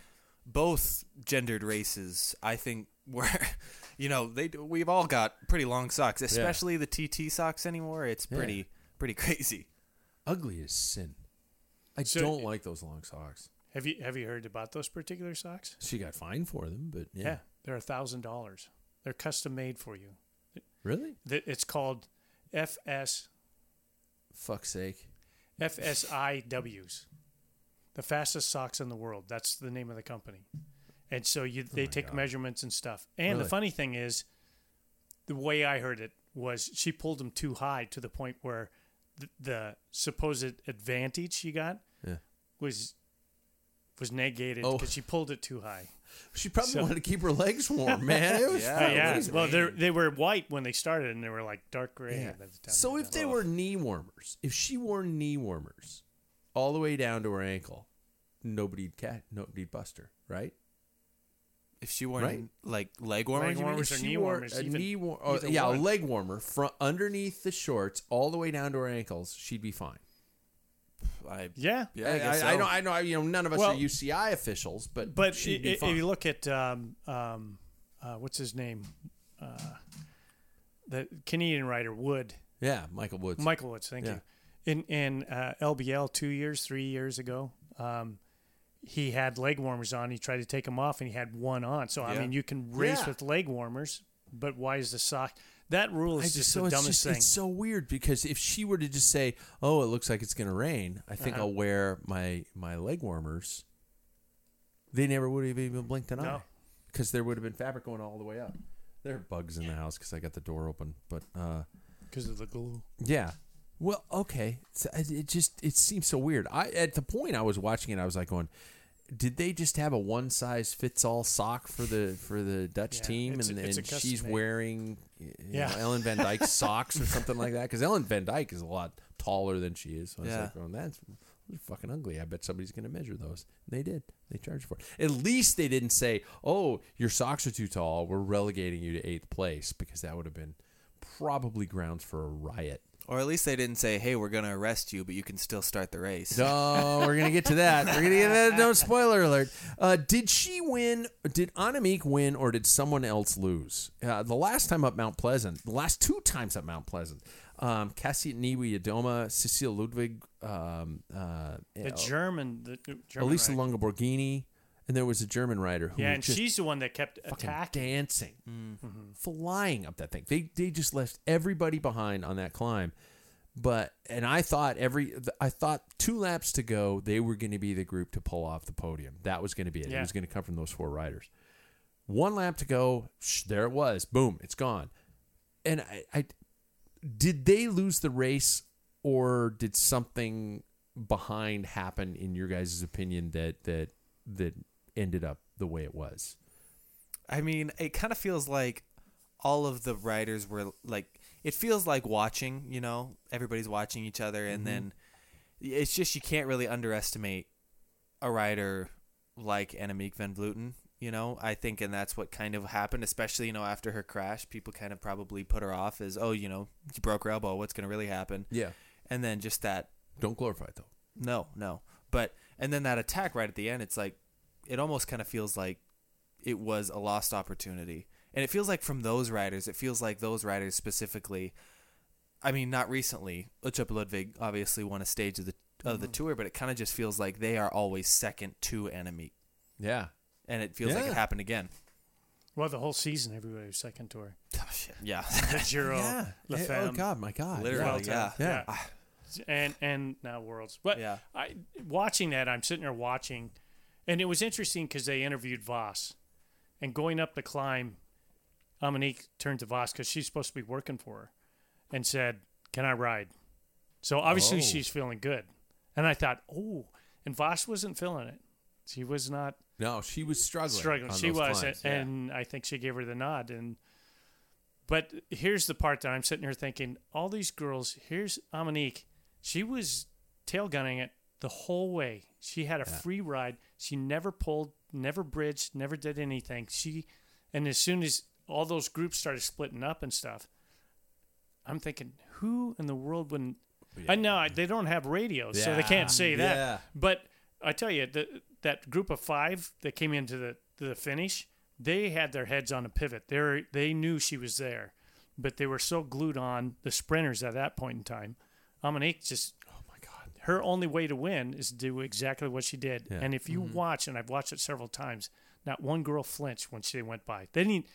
Speaker 4: both gendered races, I think were, you know, they do- we've all got pretty long socks, especially the TT socks anymore. It's
Speaker 2: Yeah.
Speaker 4: pretty pretty crazy.
Speaker 2: Ugly as sin. I
Speaker 3: So-
Speaker 2: don't like those long socks.
Speaker 3: Have you have you heard about those particular socks?
Speaker 2: She got fined for them, but yeah.
Speaker 3: they're a thousand dollars. They're custom made for you.
Speaker 2: Really?
Speaker 3: Th- It's called FS
Speaker 2: Fuck's sake.
Speaker 3: FSIWs, the fastest socks in the world. That's the name of the company. And so you, they take measurements and stuff. And
Speaker 2: Oh Really?
Speaker 3: the funny thing is, the way I heard it was she pulled them too high to the point where the, the supposed advantage she got
Speaker 2: Yeah.
Speaker 3: was was negated
Speaker 2: Oh.
Speaker 3: because she pulled it too high.
Speaker 2: She probably
Speaker 3: So-
Speaker 2: wanted to keep her legs warm, man. It was
Speaker 4: Yeah.
Speaker 3: Uh,
Speaker 2: fucking
Speaker 3: yeah.
Speaker 2: amazing.
Speaker 3: Well, they they were white when they started, and they were like dark gray.
Speaker 2: Yeah.
Speaker 3: by the time
Speaker 2: So if
Speaker 3: done.
Speaker 2: they were knee warmers, if she wore knee warmers all the way down to her ankle, nobody'd cat, nobody'd bust her, right?
Speaker 4: If she wore
Speaker 2: Right.
Speaker 4: like leg warmers,
Speaker 3: Leg
Speaker 4: you mean?
Speaker 3: warmers. or
Speaker 2: She
Speaker 3: knee
Speaker 2: wore
Speaker 3: warmers,
Speaker 2: a
Speaker 3: even-
Speaker 2: knee war- or-
Speaker 3: either
Speaker 2: yeah, a
Speaker 3: one.
Speaker 2: leg warmer from underneath the shorts all the way down to her ankles. She'd be fine.
Speaker 4: I,
Speaker 3: yeah,
Speaker 4: Yeah, I guess
Speaker 2: I,
Speaker 4: so.
Speaker 2: know, I know, you know, none of us
Speaker 3: Well-
Speaker 2: are UCI officials, but
Speaker 3: But i-
Speaker 2: she'd
Speaker 3: i-
Speaker 2: be
Speaker 3: if
Speaker 2: fine.
Speaker 3: you look at um, um, uh, what's his name, uh, the Canadian writer Wood,
Speaker 2: yeah, Michael Woods.
Speaker 3: Michael Woods, thank
Speaker 2: yeah.
Speaker 3: you. In in uh, LBL two years, three years ago, um, he had leg warmers on. He tried to take them off, and he had one on. So I
Speaker 4: Yeah.
Speaker 3: mean, you can race
Speaker 2: Yeah.
Speaker 3: with leg warmers, but why is the sock? That rule
Speaker 2: I
Speaker 3: is
Speaker 2: just-
Speaker 3: just
Speaker 2: so
Speaker 3: the
Speaker 2: it's
Speaker 3: dumbest
Speaker 2: just-
Speaker 3: thing.
Speaker 2: It's so weird because if she were to just say, "Oh, it looks like it's going to rain," I
Speaker 3: Uh-huh.
Speaker 2: think I'll wear my my leg warmers. They never would have even blinked an
Speaker 3: No.
Speaker 2: eye because there would have been fabric going all the way up. There are bugs in the house because I got the door open. But uh,
Speaker 3: because of the glue.
Speaker 2: yeah. Well, okay. So, It it just it seems so weird. I at the point I was watching it, I was like going, "Did they just have a one size fits all sock for the for the Dutch
Speaker 3: Yeah,
Speaker 2: team?"
Speaker 3: it's a-
Speaker 2: And,
Speaker 3: it's a
Speaker 2: and she's
Speaker 3: custom made.
Speaker 2: wearing you
Speaker 3: Yeah.
Speaker 2: know, Ellen Van Dyke socks or something like that because Ellen Van Dyke is a lot taller than she is. So I was
Speaker 4: Yeah.
Speaker 2: like, going, "That's." those are Fucking ugly. I bet somebody's going to measure those. And they did. They charged for it. At least they didn't say, "Oh, your socks are too tall. We're relegating you to eighth place," because that would have been probably grounds for a riot.
Speaker 4: Or at least they didn't say, "Hey, we're gonna arrest you, but you can still start the race."
Speaker 2: No, we're gonna get to that. We're gonna get to that. No spoiler alert. Uh, did she win? Did Anamique win, or did someone else lose? Uh, the last time up Mount Pleasant, the last two times up Mount Pleasant, um, Cassie Niwi Yadoma, Cecile Ludwig, um, uh,
Speaker 3: The German, the the German
Speaker 2: Elisa
Speaker 3: rider.
Speaker 2: Longaborghini, and there was a German rider who
Speaker 3: Yeah,
Speaker 2: was
Speaker 3: and
Speaker 2: just
Speaker 3: she's the one that kept
Speaker 2: fucking
Speaker 3: attacking.
Speaker 2: dancing, flying up that thing. They they just left everybody behind on that climb. But and I thought every I thought two laps to go they were going to be the group to pull off the podium. That was going to be it. It
Speaker 3: Yeah.
Speaker 2: was going to come from those four riders. One lap to go, sh- there it was. Boom, it's gone. And I, I did they lose the race or did something behind happen in your guys' opinion that that that ended up the way it was?
Speaker 4: I mean, it kind of feels like all of the writers were like, it feels like watching, you know, everybody's watching each other, and then it's just you can't really underestimate a writer like Annemiek van Vleuten, you know. I think, and that's what kind of happened, especially you know after her crash, people kind of probably put her off as, oh, you know, she broke her elbow. What's gonna really happen?
Speaker 2: Yeah.
Speaker 4: And then just that
Speaker 2: Don't glorify it though.
Speaker 4: No, no. But and then that attack right at the end, it's like it almost kind of feels like it was a lost opportunity. And it feels like from those riders, it feels like those riders specifically I mean, not recently. Uchup Ludwig obviously won a stage of the of
Speaker 3: Mm-hmm.
Speaker 4: the tour, but it kind of just feels like they are always second to enemy.
Speaker 2: Yeah.
Speaker 4: And it feels like
Speaker 2: Yeah.
Speaker 4: it happened again.
Speaker 3: Well, the whole season, everybody was second to her.
Speaker 4: Oh, shit. Yeah.
Speaker 3: The Giro, Lefemme,
Speaker 2: Oh God, Ah. my God.
Speaker 4: Literally, yeah.
Speaker 3: Vuelta,
Speaker 2: Yeah.
Speaker 3: and and now Worlds. But
Speaker 4: Yeah.
Speaker 3: I watching that, I'm sitting there watching, and it was interesting because they interviewed Voss, and going up the climb, Amanique turned to Voss because she's supposed to be working for her, and said, "Can I ride?" So obviously
Speaker 2: Oh.
Speaker 3: she's feeling good, and I thought, "Oh," and Voss wasn't feeling it. She was not
Speaker 2: No, she was struggling.
Speaker 3: struggling.
Speaker 2: on
Speaker 3: She
Speaker 2: those
Speaker 3: was,
Speaker 2: climbs.
Speaker 3: and, and I think she gave her the nod. And but here's the part that I'm sitting here thinking: all these girls. Here's Amonique. She was tail gunning it the whole way. She had a free ride. She never pulled, never bridged, never did anything. She, and as soon as all those groups started splitting up and stuff, I'm thinking, who in the world wouldn't? I know I- they don't have radios, so they
Speaker 2: Yeah.
Speaker 3: can't say that.
Speaker 2: Yeah.
Speaker 3: But I tell you, the, that group of five that came into the to the finish, they had their heads on a pivot. They were, they knew she was there, but they were so glued on the sprinters at that point in time. Amonique just
Speaker 2: oh my God.
Speaker 3: her only way to win is to do exactly what she did. And if you
Speaker 2: Mm-hmm.
Speaker 3: watch, and I've watched it several times, not one girl flinched when she went by. They didn't.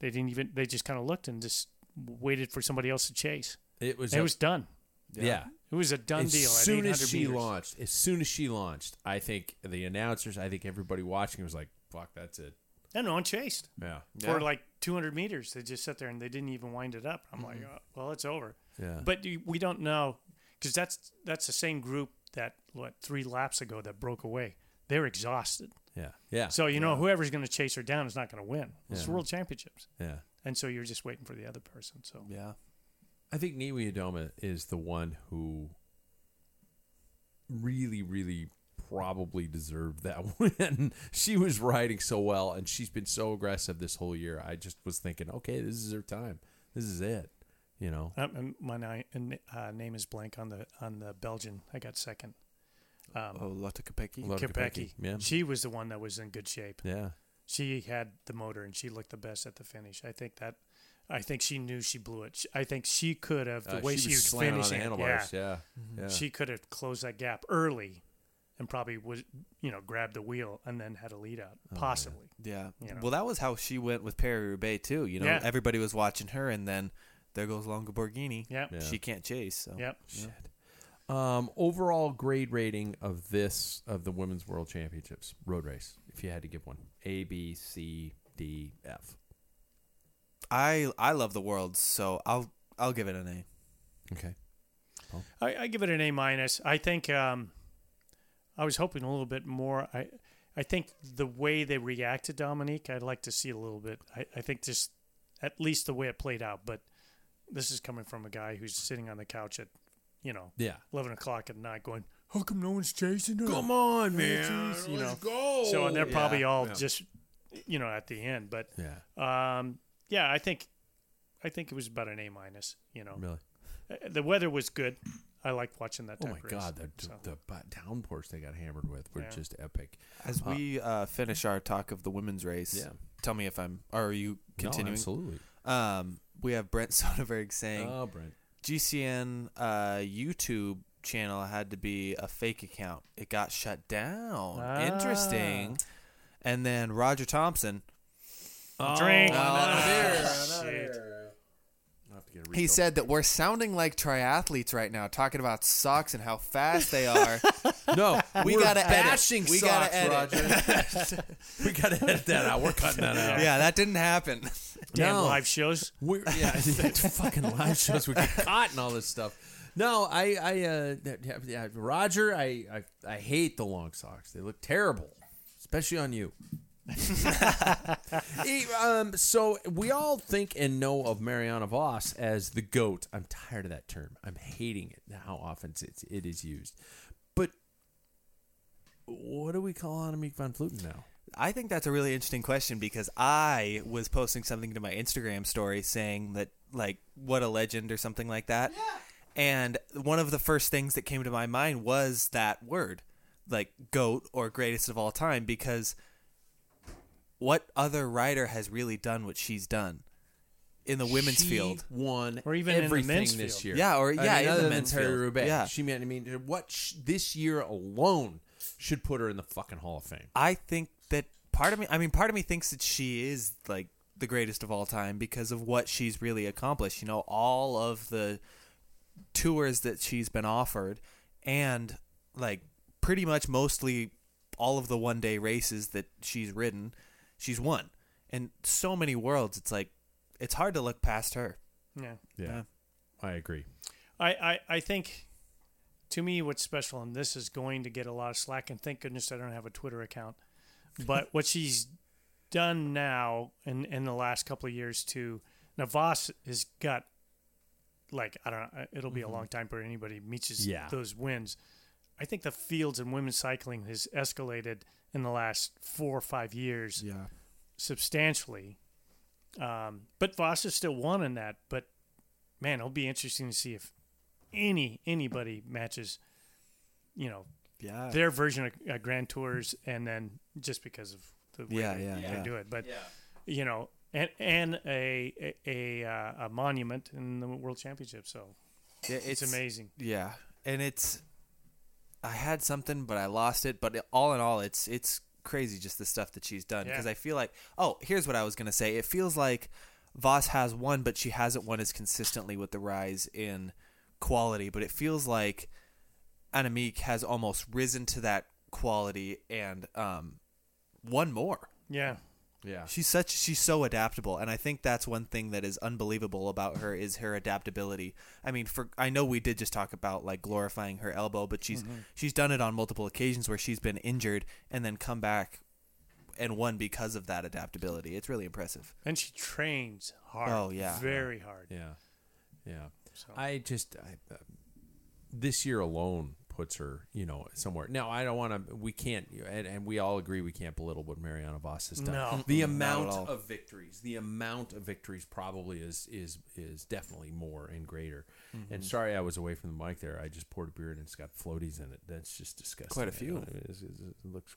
Speaker 3: They didn't even. They just kind of looked and just waited for somebody else to chase.
Speaker 2: It was.
Speaker 3: it
Speaker 2: a-
Speaker 3: was done.
Speaker 2: Yeah.
Speaker 3: It was a done
Speaker 2: as
Speaker 3: deal.
Speaker 2: soon
Speaker 3: at
Speaker 2: as
Speaker 3: 800
Speaker 2: she
Speaker 3: meters.
Speaker 2: launched, as soon as she launched, I think the announcers, I think everybody watching was like, "Fuck, that's it."
Speaker 3: and no one chased
Speaker 2: Yeah.
Speaker 3: for like 200 meters. They just sat there and they didn't even wind it up. I'm
Speaker 2: Mm-hmm.
Speaker 3: like, oh, well, it's over.
Speaker 2: Yeah.
Speaker 3: But you- we don't know because that's that's the same group that what three laps ago that broke away. They're exhausted.
Speaker 2: Yeah. Yeah.
Speaker 3: So you know whoever's going to chase her down is not going to win. It's world championships,
Speaker 2: yeah.
Speaker 3: and so you're just waiting for the other person. So
Speaker 4: yeah.
Speaker 2: I think Niwi Adoma is the one who really, really probably deserved that win. she was riding so well and she's been so aggressive this whole year. I just was thinking, okay, this is her time. This is it. You know?
Speaker 3: um, and my ni- and, uh, name is blank on the on the Belgian. I got second. Um,
Speaker 4: Oh, Lotte Kopecky.
Speaker 2: Lotte
Speaker 3: Kopecky.
Speaker 2: Kopecky, yeah.
Speaker 3: She was the one that was in good shape.
Speaker 2: Yeah.
Speaker 3: She had the motor and she looked the best at the finish. I think that. I think she knew she blew it. Sh- I think she could have the
Speaker 2: Uh,
Speaker 3: way
Speaker 2: she
Speaker 3: she,
Speaker 2: was
Speaker 3: was
Speaker 2: slamming on the
Speaker 3: finishing. it, yeah, Mm-hmm.
Speaker 2: handlebars. Yeah. Yeah.
Speaker 3: she could have closed that gap early, and probably was you know grabbed the wheel and then had a lead out
Speaker 2: Oh,
Speaker 3: possibly.
Speaker 4: Yeah.
Speaker 3: You know?
Speaker 4: Well, that was how she went with Perry Roubaix too. You know,
Speaker 3: Yeah.
Speaker 4: everybody was watching her, and then there goes Longa Borghini.
Speaker 3: Yep. Yeah.
Speaker 4: She can't chase.
Speaker 2: Oh,
Speaker 4: So.
Speaker 3: Yep.
Speaker 2: Um, overall grade rating of this of the women's world championships road race, if you had to give one, A, B, C, D, F.
Speaker 4: I I love the world, so I'll I'll give it an A.
Speaker 2: Okay.
Speaker 3: I, I give it an A minus. I think um, I was hoping a little bit more. I I think the way they react to Dominique, I'd like to see a little bit. I, I think just at least the way it played out. But this is coming from a guy who's sitting on the couch at you know
Speaker 2: Yeah.
Speaker 3: eleven o'clock at night, going, "How come no one's chasing her?
Speaker 2: Come on, man.
Speaker 3: Jeez," you know.
Speaker 2: Let's go.
Speaker 3: So they're
Speaker 2: Oh, Yeah.
Speaker 3: probably all
Speaker 2: Yeah.
Speaker 3: just you know at the end. But
Speaker 2: Yeah.
Speaker 3: um, yeah, I think I think it was about an A minus. You know,
Speaker 2: Oh, Really.
Speaker 3: Uh, the weather was good. I liked watching that.
Speaker 2: Oh
Speaker 3: Type
Speaker 2: my
Speaker 3: race,
Speaker 2: God, the,
Speaker 3: so.
Speaker 2: the bu- downpours they got hammered with were
Speaker 3: Yeah.
Speaker 2: just epic.
Speaker 4: As we uh, finish our talk of the women's race,
Speaker 2: Yeah.
Speaker 4: tell me if I'm. Are you
Speaker 2: No,
Speaker 4: continuing?
Speaker 2: absolutely.
Speaker 4: Um, we have Brent Soderberg saying
Speaker 2: Oh, Brent.
Speaker 4: GCN uh, YouTube channel had to be a fake account. It got shut down. Interesting. And then Roger Thompson,
Speaker 3: drink.
Speaker 4: another
Speaker 3: Shit.
Speaker 2: I have to get a
Speaker 4: he said that we're sounding like triathletes right now, talking about socks and how fast they are.
Speaker 2: no,
Speaker 4: we
Speaker 2: we're
Speaker 4: gotta edit.
Speaker 2: bashing
Speaker 4: We
Speaker 2: socks,
Speaker 4: gotta edit.
Speaker 2: Roger. we gotta edit that out. We're cutting that out.
Speaker 4: yeah, that didn't happen.
Speaker 3: Damn
Speaker 2: No.
Speaker 3: live shows.
Speaker 2: We're, yeah, fucking live shows. We get caught and all this stuff. No, I, I, uh, that- yeah, yeah, Roger, I, I, I hate the long socks. They look terrible, especially on you. Eh, um, so we all think and know of Mariana Voss as the goat. I'm tired of that term. I'm hating it. How often it's it is used, but what do we call Annemiek van Vleuten now?
Speaker 4: I think that's a really interesting question because I was posting something to my Instagram story saying that like what a legend or something like that. And one of the first things that came to my mind was that word, like goat or greatest of all time because what other writer has really done what she's done in the women's
Speaker 2: She
Speaker 4: field?
Speaker 2: won
Speaker 3: Or even in the
Speaker 2: everything
Speaker 3: men's
Speaker 2: this
Speaker 3: field.
Speaker 2: year.
Speaker 4: Yeah, or-
Speaker 2: I mean,
Speaker 4: yeah, in the
Speaker 2: other
Speaker 4: men's
Speaker 2: than Terry
Speaker 4: field.
Speaker 2: Roubaix.
Speaker 4: Yeah.
Speaker 2: she meant. I mean, what sh- this year alone should put her in the fucking Hall of Fame.
Speaker 4: I think that part of me, I mean, part of me thinks that she is like the greatest of all time because of what she's really accomplished. You know, all of the tours that she's been offered and like pretty much mostly all of the one day races that she's ridden, she's won. And so many worlds, it's like, it's hard to look past her.
Speaker 3: Yeah.
Speaker 2: Yeah, I agree.
Speaker 3: I, I, I think to me what's special and this is going to get a lot of slack and thank goodness I don't have a Twitter account. But what she's done now in, in the last couple of years to Navas has got like I don't know it'll be a long time before anybody meets
Speaker 2: Yeah.
Speaker 3: those wins. I think the fields in women's cycling has escalated in the last four or five years
Speaker 4: Yeah.
Speaker 3: substantially. Um, but Voss is still one in that. But man, it'll be interesting to see if any anybody matches, you know,
Speaker 4: Yeah.
Speaker 3: their version of uh, Grand Tours, and then just because of the way
Speaker 4: Yeah,
Speaker 3: they,
Speaker 4: yeah,
Speaker 3: they
Speaker 4: yeah.
Speaker 3: do it. But you know, and and a a, a, uh, a monument in the World Championship. So it's, amazing.
Speaker 4: Yeah, and it's I had something, but I lost it. But all in all, it's it's crazy just the stuff that she's done
Speaker 3: Yeah.
Speaker 4: because I feel like oh, here's what I was gonna say. It feels like Voss has won, but she hasn't won as consistently with the rise in quality. But it feels like Annemiek has almost risen to that quality and um, won more.
Speaker 3: Yeah.
Speaker 2: Yeah,
Speaker 4: She's such she's so adaptable and I think that's one thing that is unbelievable about her is her adaptability. I mean for I know we did just talk about like glorifying her elbow but she's
Speaker 3: Mm-hmm.
Speaker 4: she's done it on multiple occasions where she's been injured and then come back and won because of that adaptability. It's really impressive.
Speaker 3: And she trains hard.
Speaker 4: Oh, yeah.
Speaker 3: Very hard.
Speaker 2: yeah, yeah. I just I, uh, this year alone puts her, you know, somewhere. Now I don't want to. We can't, and, and we all agree we can't belittle what Mariana Voss has done.
Speaker 3: No.
Speaker 2: the
Speaker 4: Mm-mm, not at
Speaker 2: amount
Speaker 4: all.
Speaker 2: of victories, the amount of victories probably is is is definitely more and greater. And sorry, I was away from the mic there. I just poured a beer and it's got floaties in it. That's just disgusting.
Speaker 4: Quite a
Speaker 2: I
Speaker 4: few.
Speaker 2: don't- it's- it's- it looks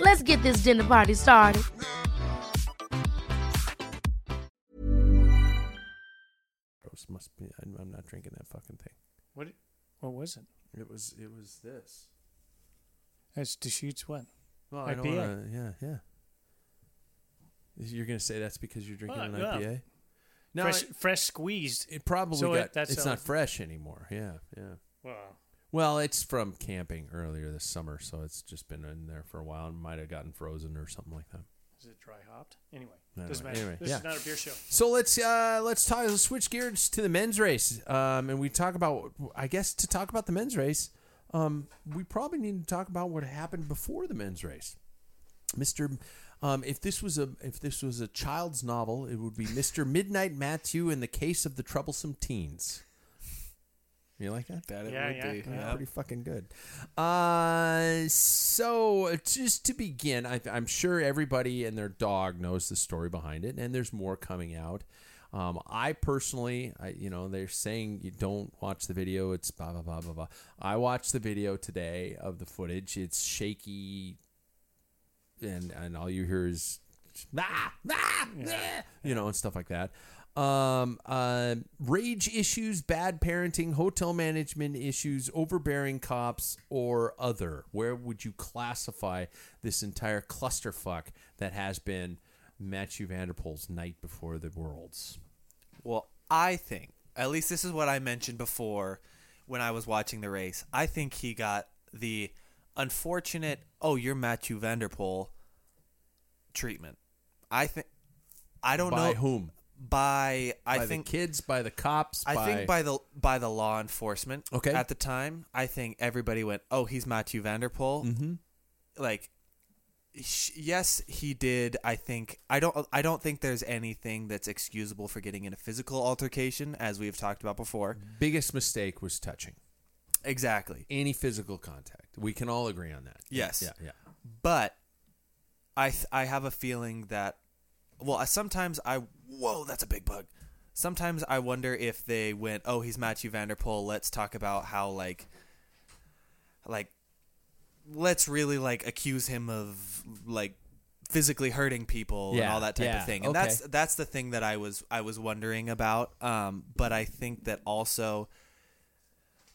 Speaker 5: Let's get this dinner party started.
Speaker 2: Gross, must be. I'm, I'm not drinking that fucking thing.
Speaker 3: What? What was it?
Speaker 2: It was. It was this.
Speaker 3: That's Deschutes what?
Speaker 2: Well, I don't
Speaker 3: IPA.
Speaker 2: wanna, yeah, yeah. You're gonna say that's because you're drinking
Speaker 3: Well,
Speaker 2: an
Speaker 3: yeah.
Speaker 2: IPA? No,
Speaker 3: fresh,
Speaker 2: it,
Speaker 3: fresh squeezed.
Speaker 2: it probably
Speaker 3: so
Speaker 2: got.
Speaker 3: it- that's
Speaker 2: it's
Speaker 3: a-
Speaker 2: not fresh anymore. Yeah, yeah.
Speaker 3: Wow.
Speaker 2: Well, it's from camping earlier this summer, so it's just been in there for a while and might have gotten frozen or something like that.
Speaker 3: Is it dry hopped? Anyway,
Speaker 2: No,
Speaker 3: doesn't
Speaker 2: no,
Speaker 3: matter.
Speaker 2: anyway,
Speaker 3: this
Speaker 2: yeah.
Speaker 3: is not a beer show.
Speaker 2: So let's uh, let's talk. Let's switch gears to the men's race, um, and we talk about. I guess to talk about the men's race, um, we probably need to talk about what happened before the men's race, Mister. Um, if this was a if this was a child's novel, it would be Mister Midnight Matthew and the Case of the Troublesome Teens. You like that?
Speaker 4: That it
Speaker 3: Yeah,
Speaker 4: would
Speaker 3: yeah,
Speaker 4: be.
Speaker 2: Yeah,
Speaker 3: yeah.
Speaker 2: pretty fucking good. Uh, so just to begin, I, I'm sure everybody and their dog knows the story behind it, and there's more coming out. Um, I personally, I, you know, they're saying you don't watch the video. It's blah blah blah blah blah. I watched the video today of the footage. It's shaky, and and all you hear is ah, ah, ah," you know, and stuff like that. Um, uh, rage issues, bad parenting, hotel management issues, overbearing cops, or other. Where would you classify this entire clusterfuck that has been Matthew Vanderpool's night before the worlds?
Speaker 4: Well, I think, at least this is what I mentioned before when I was watching the race. I think he got the unfortunate, oh, you're Matthew Vanderpool treatment. I think, I don't
Speaker 2: by
Speaker 4: know.
Speaker 2: whom?
Speaker 4: By, I
Speaker 2: by
Speaker 4: think,
Speaker 2: the kids, by the cops.
Speaker 4: I think by the by the law enforcement
Speaker 2: Okay.
Speaker 4: at the time, I think everybody went, "Oh, he's Matthew Vanderpool." Mm-hmm. Like, sh- yes, he did. I think I don't. I don't think there's anything that's excusable for getting in a physical altercation, as we've talked about before.
Speaker 2: biggest mistake was touching
Speaker 4: Mm-hmm. Exactly.
Speaker 2: any physical contact. We can all agree on that.
Speaker 4: Yes.
Speaker 2: Yeah. Yeah.
Speaker 4: but I th- I have a feeling that well I, sometimes I whoa that's a big bug. Sometimes I wonder if they went oh he's Matthew Vanderpool let's talk about how like like let's really like accuse him of like physically hurting people and
Speaker 2: Yeah,
Speaker 4: all that type
Speaker 2: yeah,
Speaker 4: of thing and
Speaker 2: okay.
Speaker 4: that's that's the thing that I was I was wondering about um but I think that also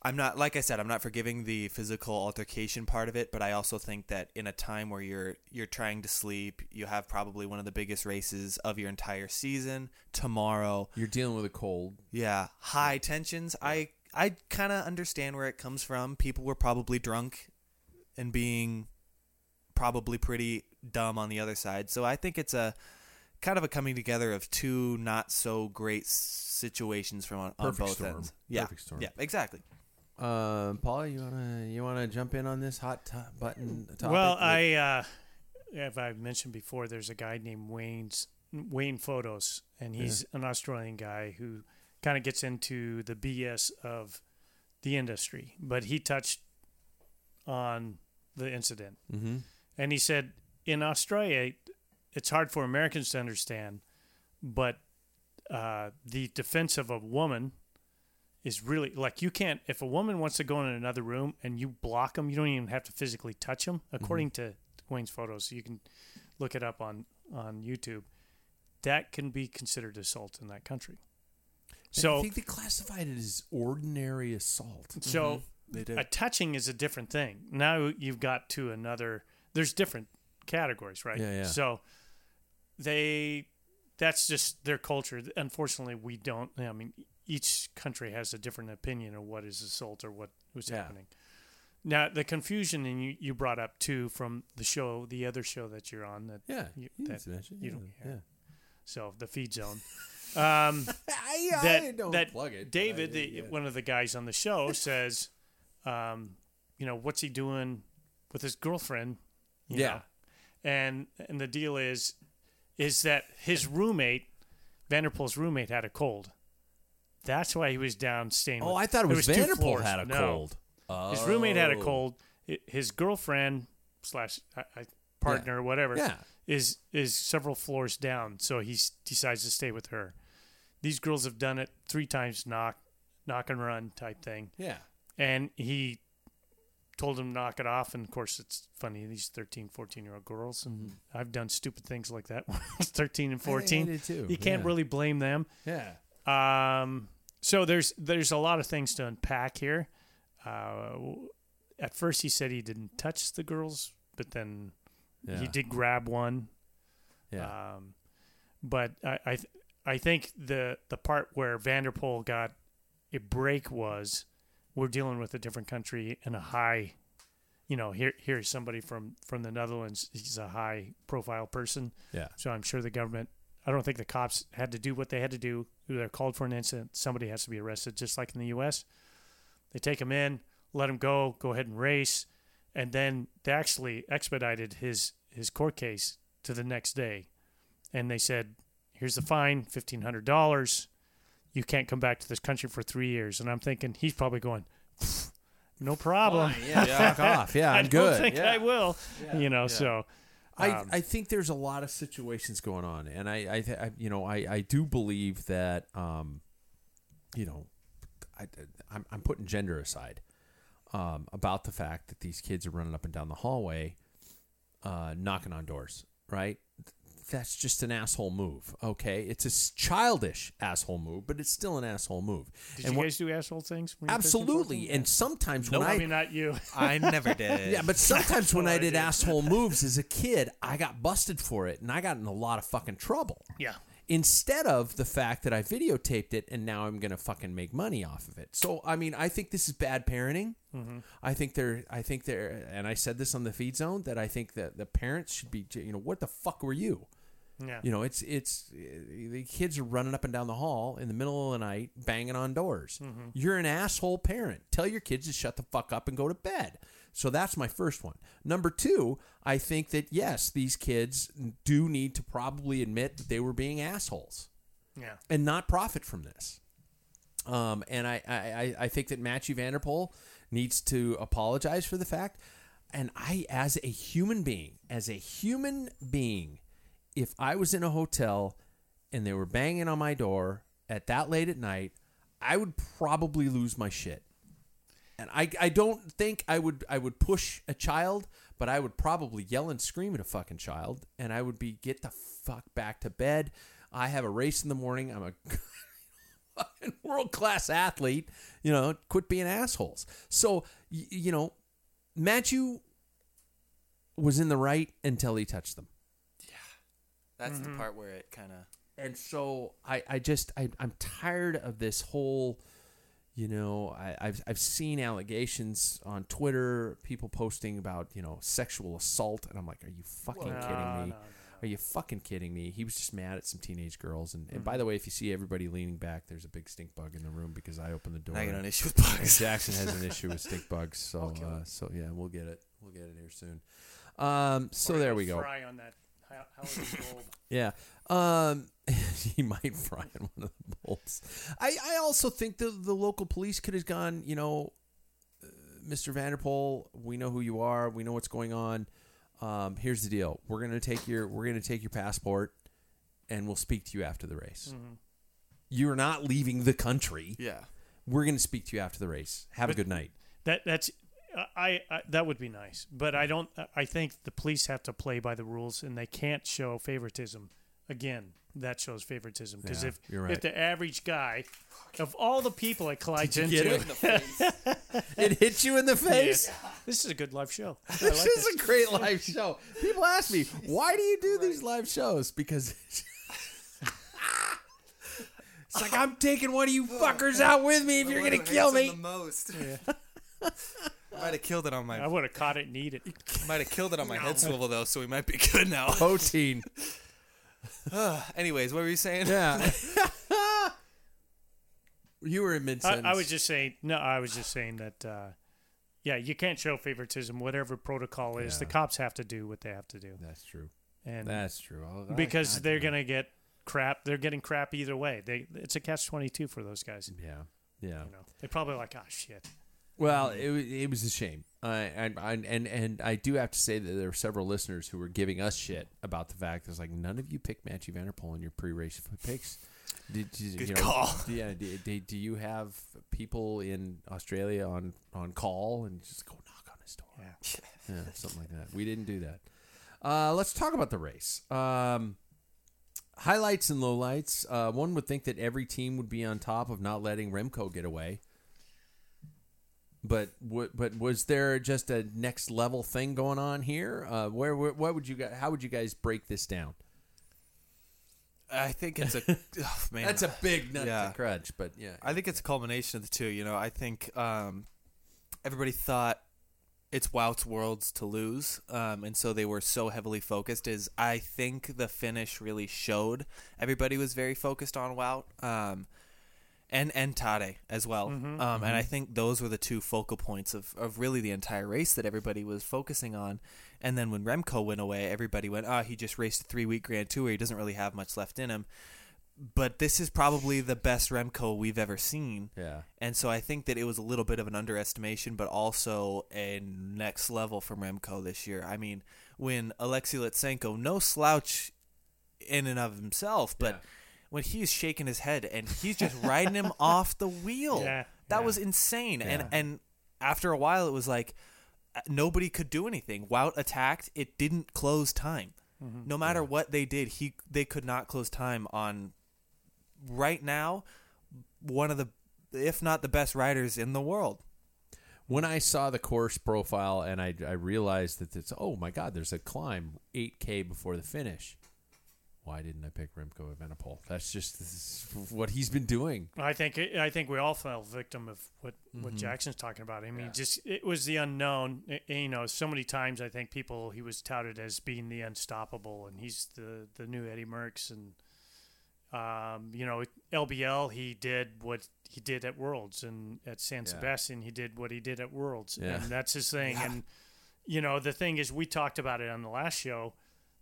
Speaker 4: I'm not like I said, I'm not forgiving the physical altercation part of it, but I also think that in a time where you're you're trying to sleep, you have probably one of the biggest races of your entire season tomorrow.
Speaker 2: You're dealing with a cold.
Speaker 4: Yeah, high tensions. I I kind of understand where it comes from. People were probably drunk and being probably pretty dumb on the other side. So I think it's a kind of a coming together of two not so great situations from on, on
Speaker 2: Perfect
Speaker 4: both
Speaker 2: storm.
Speaker 4: ends. Yeah.
Speaker 2: Perfect storm.
Speaker 4: Yeah, exactly.
Speaker 2: Um, Paula, you wanna you wanna jump in on this hot to- button topic?
Speaker 3: Well,
Speaker 2: that-
Speaker 3: I uh, if I mentioned before, there's a guy named Wayne's Wayne Photos, and he's an Australian guy who kind of gets into the BS of the industry. But he touched on the incident, mm-hmm. and he said in Australia, it's hard for Americans to understand, but uh, the defense of a woman is really like you can't if a woman wants to go in another room and you block them you don't even have to physically touch them according to wayne's photos you can look it up on on youtube that can be considered assault in that country
Speaker 2: I
Speaker 3: so
Speaker 2: think they classified it as ordinary assault.
Speaker 3: so
Speaker 4: They did.
Speaker 3: a touching is a different thing now you've got to another there's different categories right
Speaker 2: Yeah, yeah.
Speaker 3: so they that's just their culture unfortunately we don't i mean each country has a different opinion of what is assault or what was
Speaker 2: Yeah.
Speaker 3: happening now the confusion and you, you brought up too from the show the other show that you're on that
Speaker 2: Mm-hmm. Yeah,
Speaker 3: you,
Speaker 2: you
Speaker 3: that
Speaker 2: can mention-
Speaker 3: you
Speaker 2: yeah,
Speaker 3: don't
Speaker 2: yeah.
Speaker 3: yeah. so the feed zone um
Speaker 2: I,
Speaker 3: that,
Speaker 2: I don't
Speaker 3: that
Speaker 2: plug it. but
Speaker 3: David,
Speaker 2: I-
Speaker 3: the,
Speaker 2: yeah.
Speaker 3: one of the guys on the show, says, um, you know, what's he doing with his girlfriend? you
Speaker 2: Yeah.
Speaker 3: know? And and the deal is, is that his roommate Vanderpool's roommate had a cold. That's why he was down staying.
Speaker 2: Oh,
Speaker 3: with-
Speaker 2: I thought it
Speaker 3: there
Speaker 2: was,
Speaker 3: two
Speaker 2: Vanderpool
Speaker 3: floors.
Speaker 2: had a
Speaker 3: No.
Speaker 2: cold.
Speaker 3: His roommate had a
Speaker 2: Oh.
Speaker 3: cold. Hi- His girlfriend slash I- I- partner, whatever,
Speaker 2: Yeah.
Speaker 3: is is several floors down. So he s- decides to stay with her. These girls have done it three times, knock, knock and run type thing.
Speaker 2: Yeah.
Speaker 3: And he told him to knock it off. And of course, it's funny these 13, 14 year old girls, and
Speaker 2: Mm-hmm.
Speaker 3: I've done stupid things like that when I was thirteen and fourteen.
Speaker 2: did too,
Speaker 3: You can't
Speaker 2: yeah.
Speaker 3: really blame them.
Speaker 2: Yeah.
Speaker 3: Um, so there's there's a lot of things to unpack here. Uh, w- at first, he said he didn't touch the girls, but then
Speaker 2: Yeah.
Speaker 3: he did grab one.
Speaker 2: Yeah.
Speaker 3: Um, but I I, th- I think the the part where Vanderpool got a break was we're dealing with a different country and a high, you know, here here's somebody from from the Netherlands. He's a high profile person.
Speaker 2: yeah.
Speaker 3: So I'm sure the government. I don't think the cops had to do what they had to do. They're called for an incident. Somebody has to be arrested, just like in the U.S. They take him in, let him go, go ahead and race, and then they actually expedited his his court case to the next day, and they said, "Here's the fine, fifteen hundred dollars. You can't come back to this country for three years." And I'm thinking he's probably going, "Pfft, "No problem.
Speaker 2: Fuck off. Yeah,
Speaker 3: I
Speaker 2: I'm
Speaker 3: don't
Speaker 2: good.
Speaker 3: think
Speaker 2: Yeah.
Speaker 3: I will." you know, so Um,
Speaker 2: I, I think there's a lot of situations going on, and I, I, th- I you know, I, I do believe that, um, you know, I, I'm, I'm putting gender aside um, about the fact that these kids are running up and down the hallway, uh, knocking on doors, right? That's just an asshole move. Okay, it's a s- childish asshole move, but it's still an asshole move.
Speaker 3: did
Speaker 2: and
Speaker 3: you
Speaker 2: what-
Speaker 3: guys do asshole things? when you were 13, 14?
Speaker 2: absolutely, and sometimes
Speaker 3: No,
Speaker 2: when I,
Speaker 3: I mean not you.
Speaker 4: I never did.
Speaker 2: yeah, but sometimes when
Speaker 3: what
Speaker 2: I
Speaker 3: I
Speaker 2: did
Speaker 3: did.
Speaker 2: asshole moves as a kid, I got busted for it and I got in a lot of fucking trouble.
Speaker 3: Yeah.
Speaker 2: Instead of the fact that I videotaped it and now I'm going to fucking make money off of it. So, I mean, I think this is bad parenting.
Speaker 3: Mm-hmm.
Speaker 2: I think they're, I think they're, and I said this on the feed zone that I think that the parents should be, you know, what the fuck were you?
Speaker 3: Yeah.
Speaker 2: You know, it's, it's, the kids are running up and down the hall in the middle of the night banging on doors. You're an asshole parent. Tell your kids to shut the fuck up and go to bed. So that's my first one. Number two, I think that yes, these kids do need to probably admit that they were being assholes
Speaker 3: yeah.
Speaker 2: and not profit from this. Um, and I, I, I- I think that Matthew Vanderpool needs to apologize for the fact. And I, as a human being, as a human being, if I was in a hotel and they were banging on my door at that late at night, I would probably lose my shit. And I, I don't think I would I would push a child, but I would probably yell and scream at a fucking child, and I would be get the fuck back to bed. I have a race in the morning. I'm a fucking world class athlete. You know, quit being assholes. So y- you know, Matthew was in the right until he touched them.
Speaker 4: That's
Speaker 2: Mm-hmm.
Speaker 4: the part where it kind of.
Speaker 2: and so I, I just I, I'm tired of this whole you know I, I've, I've seen allegations on Twitter people posting about you know sexual assault and I'm like are you fucking
Speaker 3: Whoa.
Speaker 2: kidding
Speaker 3: No,
Speaker 2: me
Speaker 3: no, no.
Speaker 2: are you fucking kidding me he was just mad at some teenage girls and, and by the way if you see everybody leaning back there's a big stink bug in the room because I opened the door
Speaker 4: I got an
Speaker 2: and
Speaker 4: issue with bugs.
Speaker 2: Jackson has an issue with stink bugs so uh, so yeah we'll get it we'll get it here soon um so there we go
Speaker 3: Fry on that. How, how is it gold?
Speaker 2: yeah. Um, he might fry in one of the bowls. I, I also think the, the local police could have gone, you know, uh, Mr. Vanderpool, we know who you are. We know what's going on. Um, here's the deal. We're going to take your, we're going to take your passport and we'll speak to you after the race. You're not leaving the country.
Speaker 4: Yeah.
Speaker 2: We're going to speak to you after the race. Have a good night.
Speaker 3: That that's uh, I, I that would be nice, but I don't. uh, I think the police have to play by the rules, and they can't show favoritism. Again, that shows favoritism because
Speaker 2: Yeah,
Speaker 3: if
Speaker 2: you're right.
Speaker 3: if the average guy of all the people it collides into,
Speaker 2: Get it? it hit you in the face.
Speaker 3: this is a good live show. I like
Speaker 2: this is a great live show. People ask me, why do you do these live shows? Because it's like I'm taking one of you fuckers out with me if you're gonna kill
Speaker 4: The
Speaker 2: me.
Speaker 4: most. I might have killed it on my.
Speaker 3: I would have caught it and eat it.
Speaker 4: I might have killed it on my head swivel though, so we might be good now.
Speaker 2: Protein.
Speaker 4: Anyways, what were you saying?
Speaker 2: Yeah. you were in mid
Speaker 3: I,
Speaker 2: sentence.
Speaker 3: I was just saying. No, I was just saying that. Uh, yeah, you can't show favoritism. Whatever protocol is, the cops have to do what they have to do,
Speaker 2: That's true.
Speaker 3: and
Speaker 2: That's true. I'll- I-
Speaker 3: because
Speaker 2: God
Speaker 3: they're
Speaker 2: damn it.
Speaker 3: gonna get crap. They're getting crap either way. They it's a catch twenty two for those guys.
Speaker 2: Yeah. Yeah.
Speaker 3: You know, they probably like, ah, shit.
Speaker 2: Well, it, wa- it was a shame. I and I, and and I do have to say that there were several listeners who were giving us shit about the fact that it's like none of you picked Matthew Vanderpool in your pre-race f- picks. Did, you
Speaker 4: Good
Speaker 2: you
Speaker 4: call.
Speaker 2: Yeah. Do, do, do you have people in Australia on on call and just go knock on his door?
Speaker 3: Yeah.
Speaker 2: yeah, something like that. We didn't do that. Uh, let's talk about the race. Um, highlights and lowlights. Uh, one would think that every team would be on top of not letting Remco get away. But w- but was there just a next level thing going on here? Uh, where, where what would you guys, how would you guys break this down?
Speaker 4: I think it's a oh, man.
Speaker 2: That's a big nut
Speaker 4: Yeah.
Speaker 2: to crunch, but yeah,
Speaker 4: I think it's a culmination of the two. You know, I think um, everybody thought it's Wout's Worlds to lose, um, and so they were so heavily focused. Is I think the finish really showed everybody was very focused on Wout. Um, and and Tade as well. Um, And I think those were the two focal points of, of really the entire race that everybody was focusing on. And then when Remco went away, everybody went, ah, he just raced a three week Grand Tour. He doesn't really have much left in him. But this is probably the best Remco we've ever seen.
Speaker 2: yeah.
Speaker 4: And so I think that it was a little bit of an underestimation, but also a next level from Remco this year. I mean, when Alexei Litsenko, no slouch in and of himself, but when he's shaking his head and he's just riding him off the wheel,
Speaker 3: Yeah,
Speaker 4: that
Speaker 3: yeah.
Speaker 4: was insane. And and after a while, it was like uh, nobody could do anything. Wout attacked; it didn't close time.
Speaker 3: Mm-hmm.
Speaker 4: No matter what they did, he they could not close time on right now one of the if not the best riders in the world.
Speaker 2: when I saw the course profile and I, I realized that it's oh my god, there's a climb 8k before the finish. Why didn't I pick Remco Evenepoel? That's just this is what he's been doing.
Speaker 3: I think I think we all fell victim of what, what Jackson's talking about. I mean, just it was the unknown. I- you know, so many times I think people he was touted as being the unstoppable, and he's the the new Eddie Merckx, and um, you know, LBL he did what he did at Worlds, and at San Sebastian he did what he did at Worlds,
Speaker 2: Yeah.
Speaker 3: and that's his thing. And you know, the thing is, we talked about it on the last show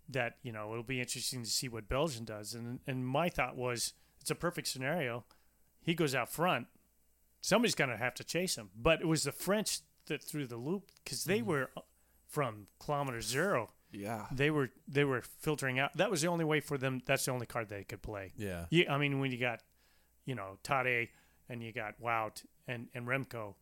Speaker 3: that you know it'll be interesting to see what Belgium does. And and my thought was it's a perfect scenario. He goes out front. Somebody's going to have to chase him. But it was the French that threw the loop because they were uh, from kilometer zero.
Speaker 4: Yeah.
Speaker 3: They were they were filtering out. That was the only way for them. That's the only card they could play.
Speaker 2: Yeah.
Speaker 3: You, I mean, when you got, you know, Tade and you got Wout and, and Remco,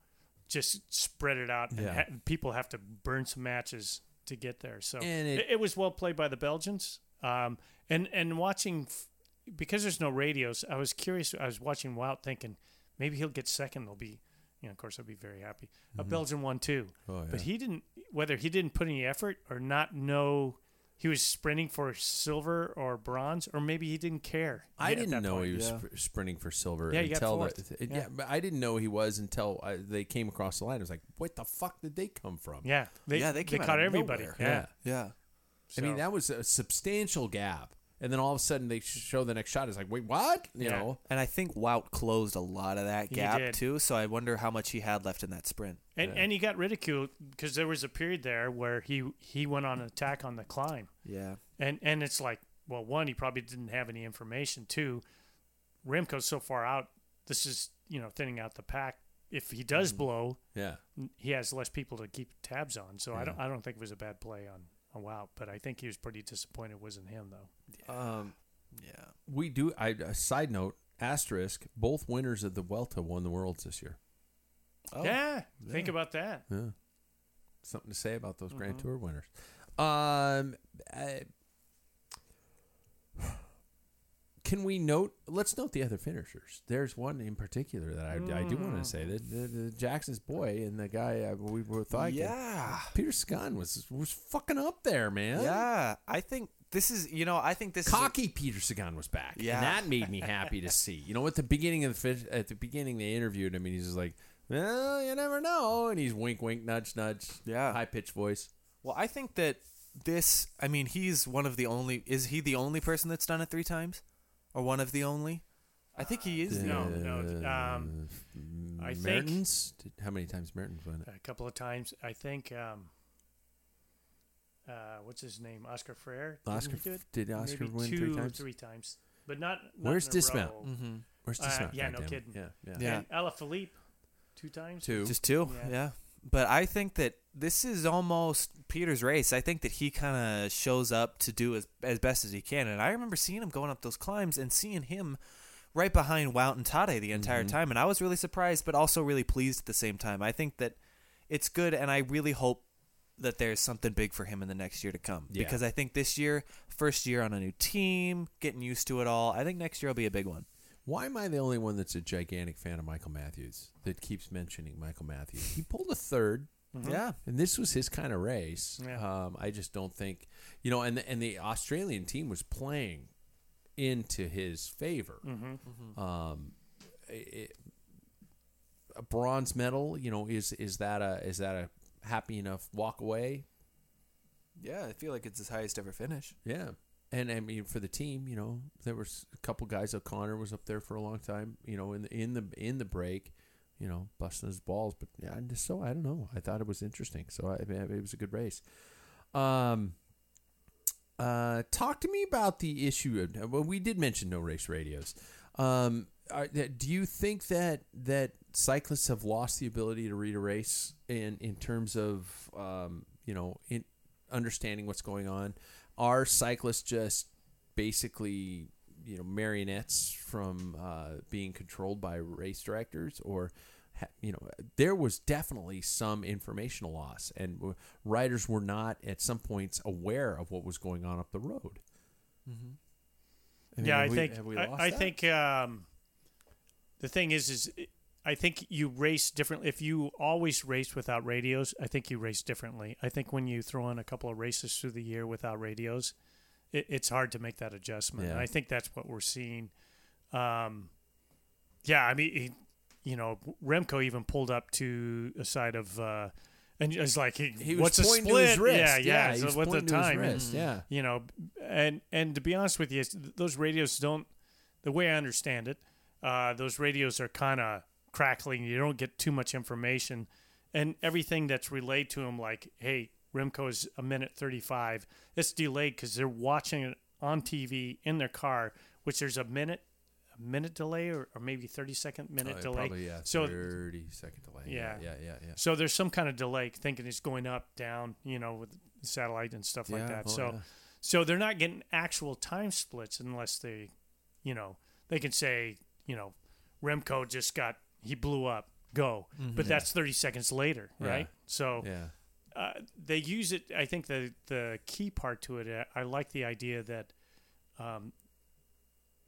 Speaker 3: just spread it out. And
Speaker 2: Yeah.
Speaker 3: ha- people have to burn some matches to get there. So
Speaker 2: And
Speaker 3: it,
Speaker 2: it-
Speaker 3: it was well played by the Belgians. Um, and, and watching, f- because there's no radios, I was curious. I was watching Wout thinking maybe he'll get second. They'll be, you know, of course, I'll be very happy. A Belgian won too.
Speaker 2: Mm-hmm. Oh,
Speaker 3: But
Speaker 2: yeah.
Speaker 3: he didn't, whether he didn't put any effort or not know. He was sprinting for silver or bronze, or maybe he didn't care.
Speaker 2: I
Speaker 3: at
Speaker 2: didn't
Speaker 3: that
Speaker 2: know
Speaker 3: point.
Speaker 2: he was
Speaker 4: yeah.
Speaker 2: sp- sprinting for silver
Speaker 3: Yeah, he got
Speaker 2: until
Speaker 3: fourth.
Speaker 2: the, it- yeah.
Speaker 3: Yeah.
Speaker 2: but I didn't know he was until I, they came across the line. I was like, what the fuck did they come from?
Speaker 3: Yeah, they,
Speaker 4: Yeah,
Speaker 3: they,
Speaker 4: they came out
Speaker 3: caught
Speaker 4: of
Speaker 3: everybody.
Speaker 4: nowhere.
Speaker 3: Yeah.
Speaker 4: Yeah.
Speaker 2: I mean,
Speaker 3: So-
Speaker 2: that was a substantial gap. And then all of a sudden they sh- show the next shot. It's like, wait, what? You
Speaker 3: Yeah.
Speaker 2: know?
Speaker 4: And I think Wout closed a lot of that
Speaker 3: He
Speaker 4: gap
Speaker 3: did.
Speaker 4: too, so I wonder how much he had left in that sprint.
Speaker 3: and and he got ridiculed because there was a period there where he he went on an attack on the climb,
Speaker 4: Yeah.
Speaker 3: and and it's like, well, one, he probably didn't have any information. Two, Remco's so far out. This is you know thinning out the pack. If he does blow,
Speaker 2: Yeah.
Speaker 3: he has less people to keep tabs on. So I don't I don't think it was a bad play on on Wow, but I think he was pretty disappointed it wasn't him though.
Speaker 4: Um yeah.
Speaker 2: we do. I a side note asterisk. Both winners of the Welta won the worlds this year.
Speaker 4: Oh.
Speaker 3: yeah, think about that.
Speaker 2: Yeah, something to say about those Grand Tour winners. Um, I- can we note? Let's note the other finishers. There's one in particular that I, I do want to say that the, the Jackson's boy and the guy uh, we were thought
Speaker 4: Yeah.
Speaker 2: Ah, Peter Scott was was fucking up there, man.
Speaker 4: Yeah. I think this is you know, I think this is a-
Speaker 2: cocky Peter Sagan was back.
Speaker 4: Yeah.
Speaker 2: and that made me happy to see. You know, at the beginning of the fish, at the beginning they interviewed him, and he's just like, "Well, you never know," and he's wink, wink, nudge, nudge.
Speaker 4: Yeah.
Speaker 2: high pitched voice.
Speaker 4: Well, I think that this. I mean, he's one of the only. Is he the only person that's done it three times, or one of the only? I think he
Speaker 2: Uh,
Speaker 4: is. the
Speaker 3: No,
Speaker 4: only.
Speaker 3: no. Um, I think-
Speaker 2: Mertens. Did, how many times Mertens won it?
Speaker 3: a couple of times. I think um, uh, what's his name, Oscar Freire. didn't
Speaker 2: Oscar
Speaker 3: he do it?
Speaker 2: F- did Oscar
Speaker 3: Maybe
Speaker 2: win three
Speaker 3: two or
Speaker 2: times?
Speaker 3: Three times. but not. not
Speaker 2: Where's
Speaker 3: in a
Speaker 2: Dismount?
Speaker 3: row.
Speaker 2: Where's
Speaker 3: Uh, yeah, no kidding.
Speaker 2: Yeah, yeah.
Speaker 4: Yeah.
Speaker 3: And Ella Philippe, two times.
Speaker 2: Two.
Speaker 4: Just two,
Speaker 3: Yeah.
Speaker 4: yeah. But I think that this is almost Peter's race. I think that he kind of shows up to do as as best as he can. And I remember seeing him going up those climbs and seeing him right behind Wout and Tade the entire time. And I was really surprised, but also really pleased at the same time. I think that it's good, and I really hope that there's something big for him in the next year to come
Speaker 2: Yeah.
Speaker 4: because I think this year, first year on a new team, getting used to it all. I think next year will be a big one.
Speaker 2: Why am I the only one that's a gigantic fan of Michael Matthews that keeps mentioning Michael Matthews? He pulled a third,
Speaker 4: Yeah,
Speaker 2: and this was his kind of race.
Speaker 3: Yeah.
Speaker 2: Um, I just don't think, you know, and the, and the Australian team was playing into his favor. Um, it- a bronze medal, you know, is is that a is that a happy enough walk away?
Speaker 4: yeah. I feel like it's his highest ever finish.
Speaker 2: Yeah. And I mean, for the team, you know, there was a couple guys. O'Connor was up there for a long time, you know, in the in the in the break, you know, busting his balls. But yeah, I just so I don't know. I thought it was interesting. So I, I mean, it was a good race. Um, uh, talk to me about the issue. Of, well, we did mention no race radios. Um, are, that- do you think that that cyclists have lost the ability to read a race in in terms of um, you know in understanding what's going on? Are cyclists just basically you know marionettes from uh, being controlled by race directors or ha- you know there was definitely some informational loss and w- riders were not at some points aware of what was going on up the road
Speaker 3: yeah,
Speaker 2: have
Speaker 3: I
Speaker 2: we-
Speaker 3: think
Speaker 2: have we
Speaker 3: I,
Speaker 2: lost
Speaker 3: I
Speaker 2: that?
Speaker 3: think um, the thing is is I think you race differently. If you always race without radios, I think you race differently. I think when you throw in a couple of races through the year without radios, it, it's hard to make that adjustment. And
Speaker 2: Yeah.
Speaker 3: I think that's what we're seeing. Um, yeah, I mean, he, you know, Remco even pulled up to a side of. Uh, and it's like, he,
Speaker 2: He was
Speaker 3: what's a
Speaker 2: pointing
Speaker 3: split?
Speaker 2: to his wrist.
Speaker 3: Yeah,
Speaker 2: Yeah,
Speaker 3: yeah.
Speaker 2: he
Speaker 3: so
Speaker 2: was
Speaker 3: what's the
Speaker 2: pointing to his
Speaker 3: time? Mm-hmm. And-
Speaker 2: wrist, yeah.
Speaker 3: you know and and to be honest with you th- those radios don't the way i understand it uh, those radios are kind of crackling you don't get too much information and everything that's relayed to them like hey remco's a minute 35 it's delayed because they're watching it on tv in their car which there's a minute a minute delay or, or maybe 30 second minute delay
Speaker 2: Uh, probably Oh, yeah
Speaker 3: so
Speaker 2: 30 second delay
Speaker 3: Yeah.
Speaker 2: yeah yeah yeah,
Speaker 3: so there's some kind of delay, thinking it's going up, down, you know, with satellite and stuff like
Speaker 2: Yeah,
Speaker 3: that.
Speaker 2: oh,
Speaker 3: so,
Speaker 2: yeah.
Speaker 3: so they're not getting actual time splits unless they, you know, they can say, you know, Remco just got he blew up, go, but that's 30 seconds later,
Speaker 2: Mm-hmm. Yeah.
Speaker 3: right? So,
Speaker 2: yeah.
Speaker 3: uh, they use it. I think the the key part to it. uh, I like the idea that um,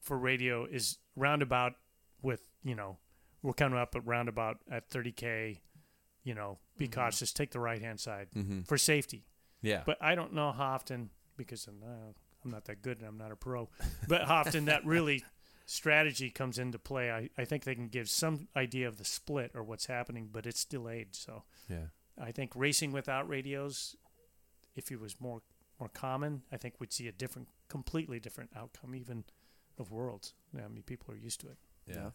Speaker 3: for radio is roundabout with you know we're coming up at roundabout at 30k. You know, be cautious. Take the right hand side for safety.
Speaker 2: Yeah.
Speaker 3: But I don't know how often because I'm not, I'm not that good and I'm not a pro. But how often that really strategy comes into play. I, I think they can give some idea of the split or what's happening, but it's delayed. So.
Speaker 2: yeah.
Speaker 3: I think racing without radios, if it was more more common, I think we'd see a different, completely different outcome, even of worlds. I mean, people are used to it.
Speaker 2: Yeah.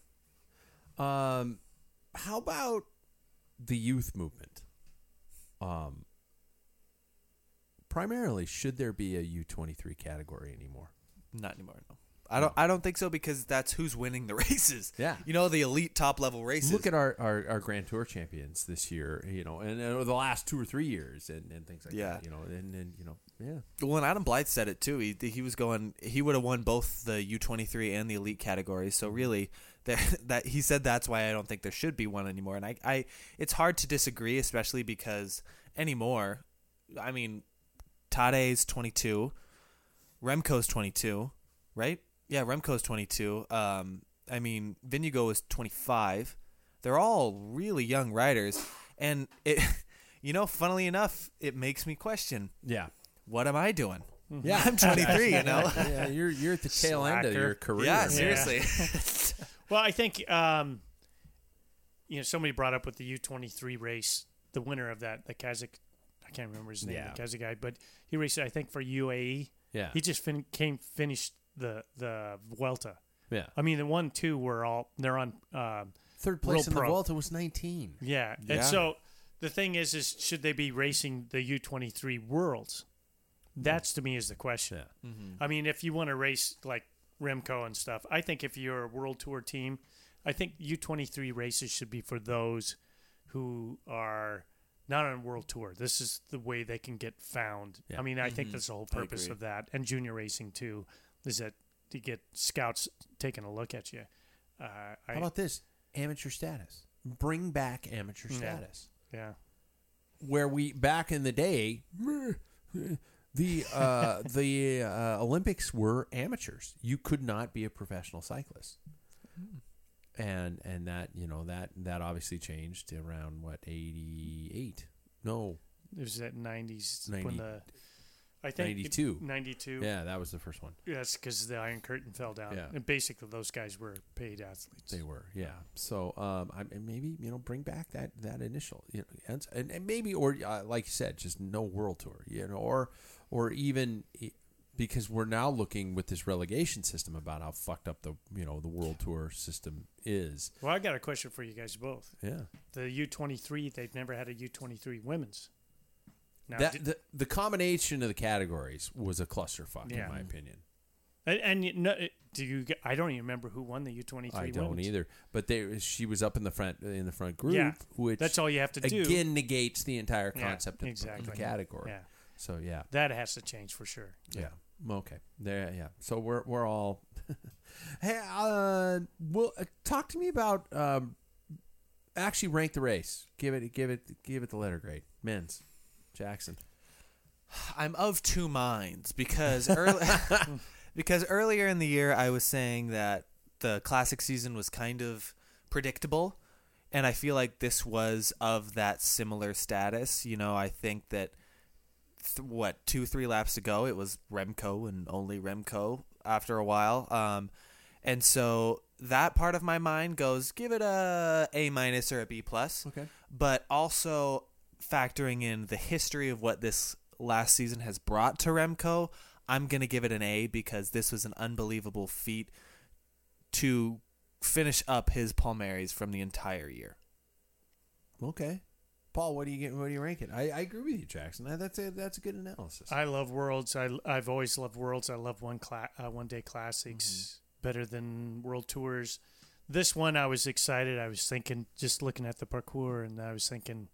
Speaker 2: Um, how about the youth movement? Um, primarily, should there be a U twenty three category anymore?
Speaker 4: Not anymore. No, I don't. I don't think so because that's who's winning the races.
Speaker 2: Yeah.
Speaker 4: you know the elite top level races.
Speaker 2: Look at our, our, our Grand Tour champions this year, you know, and, and over the last two or three years, and, and things like
Speaker 4: Yeah.
Speaker 2: that, you know, and, and you know, yeah,
Speaker 4: well, and Adam Blythe said it too. He he was going. He would have won both the U twenty three and the elite categories. So really, that that he said that's why I don't think there should be one anymore. And I I it's hard to disagree, especially because anymore, I mean, Tade's twenty two, Remco's twenty two, right? Yeah, Remco's twenty two. Um, I mean, Vinigo is twenty five. They're all really young riders, and it. You know, funnily enough, it makes me question
Speaker 2: yeah,
Speaker 4: what am I doing?
Speaker 2: yeah.
Speaker 4: I'm 23, you know?
Speaker 2: yeah, you're you're at the tail end of
Speaker 3: Slacker.
Speaker 2: your career.
Speaker 4: Yeah,
Speaker 2: man.
Speaker 4: seriously.
Speaker 3: Well, I think um, you know somebody brought up with the U twenty three race, the winner of that, the Kazakh. I can't remember his name,
Speaker 2: Yeah.
Speaker 3: the Kazakh guy, but he raced, I think, for UAE.
Speaker 2: Yeah.
Speaker 3: He just fin- came finished the the Vuelta.
Speaker 2: yeah.
Speaker 3: I mean, the one two were all they're on. Um,
Speaker 2: Third place
Speaker 3: Real
Speaker 2: in the
Speaker 3: pro.
Speaker 2: Vuelta was nineteen.
Speaker 3: Yeah.
Speaker 4: Yeah.
Speaker 3: And so the thing is, is should they be racing the U23 Worlds? That's to me is the question. I mean, if you want to race like Remco and stuff. I think if you're a world tour team, I think U23 races should be for those who are not on world tour. This is the way they can get found. I mean, I think that's the whole purpose
Speaker 4: agree.
Speaker 3: of that, and junior racing too, is that to get scouts taking a look at you. Uh, I,
Speaker 2: How about this? Amateur status. Bring back amateur status.
Speaker 3: yeah,
Speaker 2: Where we back in the day the uh, the uh, Olympics were amateurs. You could not be a professional cyclist. And and that, you know, that that obviously changed around what 88. No.
Speaker 3: it was that 90s
Speaker 2: Ninety-
Speaker 3: when the I think
Speaker 2: 92.
Speaker 3: 92.
Speaker 2: Yeah, that was the first one.
Speaker 3: Yes, because the Iron Curtain fell down,
Speaker 2: Yeah.
Speaker 3: and basically those guys were paid athletes.
Speaker 2: They were, yeah. So, um, I and maybe you know bring back that that initial, you know, and, and, and maybe or uh, like you said, just no world tour, you know, or or even e- because we're now looking with this relegation system about how fucked up the you know the world tour system is.
Speaker 3: Well, I got a question for you guys both.
Speaker 2: Yeah,
Speaker 3: The U twenty three, they've never had a U twenty three women's. Now,
Speaker 2: that
Speaker 3: did-
Speaker 2: the, the combination of the categories was a clusterfuck
Speaker 3: Yeah.
Speaker 2: in my opinion.
Speaker 3: and, and you know, it- do you? get- I don't even remember who won the U twenty three.
Speaker 2: I don't either, but they she was up in the front in the front group,
Speaker 3: Yeah,
Speaker 2: which
Speaker 3: that's all you have to do.
Speaker 2: Again, negates the entire
Speaker 3: Yeah,
Speaker 2: concept of, the- of the
Speaker 3: exactly.
Speaker 2: category.
Speaker 3: Yeah.
Speaker 2: So yeah.
Speaker 3: That has to change for sure.
Speaker 2: Yeah. Okay. There. Yeah. So we're we're all. hey, uh, well, uh, talk to me about um, actually rank the race. Give it, give it, give it the letter grade. Men's, Jackson.
Speaker 4: I'm of two minds because early, because earlier in the year I was saying that the classic season was kind of predictable, and I feel like this was of that similar status. You know, I think that th- what two three laps to go, it was Remco and only Remco after a while, um, and so that part of my mind goes give it a A minus or a B plus.
Speaker 2: Okay.
Speaker 4: but also factoring in the history of what this last season has brought to Remco, I'm going to give it an A because this was an unbelievable feat to finish up his Palmares from the entire year.
Speaker 2: Okay. Paul, what do you get? What do you rank it? I, I agree with you, Jackson. That- That's a that's a good analysis.
Speaker 3: I love worlds. I I've always loved worlds. I love one cla- uh, one day classics better than world tours. This one I was excited. I was thinking just looking at the parkour and I was thinking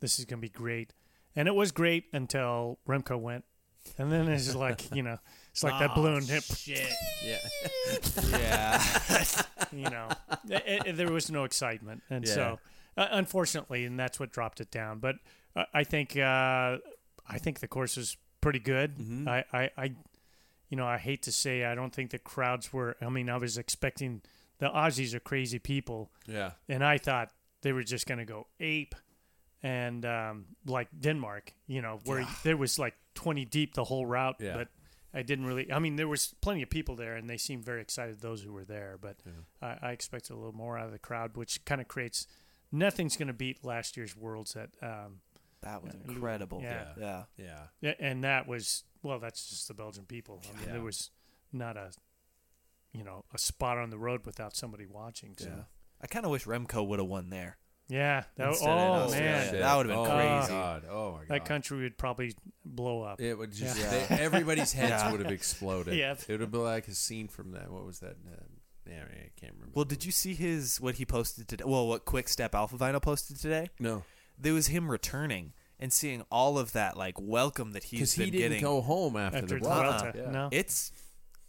Speaker 3: this is going to be great. And it was great until Remco went. And then it's just like, you know, it's like that balloon hip,
Speaker 2: yeah.
Speaker 3: you know. It- it- there was no excitement. And so uh, unfortunately, and that's what dropped it down. But uh, I think uh, I think the course is pretty good. I, I, I you know, I hate to say I don't think the crowds were. I mean, I was expecting the Aussies are crazy people,
Speaker 2: Yeah.
Speaker 3: and I thought they were just going to go ape, and um, like Denmark, you know, where there was like twenty deep the whole route,
Speaker 2: Yeah.
Speaker 3: but. I didn't really. I mean, there was plenty of people there, and they seemed very excited. Those who were there, but I, I expected a little more out of the crowd, which kind of creates. Nothing's going to beat last year's Worlds at um,
Speaker 4: That was incredible.
Speaker 3: Yeah.
Speaker 4: Yeah.
Speaker 2: Yeah.
Speaker 3: yeah, and that was well. That's just the Belgian people. I mean, there was not a, you know, a spot on the road without somebody watching. So. Yeah,
Speaker 4: I kind of wish Remco would have won there.
Speaker 3: That, oh
Speaker 4: Instead of Australia.
Speaker 3: man,
Speaker 4: Shit. That would've been
Speaker 2: oh,
Speaker 4: crazy.
Speaker 2: My God. Oh my god.
Speaker 3: that country would probably blow up.
Speaker 2: It would just they, everybody's heads would have exploded.
Speaker 3: Yeah.
Speaker 2: It would have been like a scene from that. What was that? Uh, yeah, I can't remember.
Speaker 4: Well, did you see his what he posted today? Well, what Quick Step Alpha Vinyl posted today?
Speaker 2: no.
Speaker 4: There was him returning and seeing all of that like welcome that he's
Speaker 2: because
Speaker 4: been
Speaker 2: he didn't
Speaker 4: getting.
Speaker 2: go home after,
Speaker 3: After
Speaker 2: the
Speaker 3: the
Speaker 2: block.
Speaker 3: Vuelta, no.
Speaker 4: It's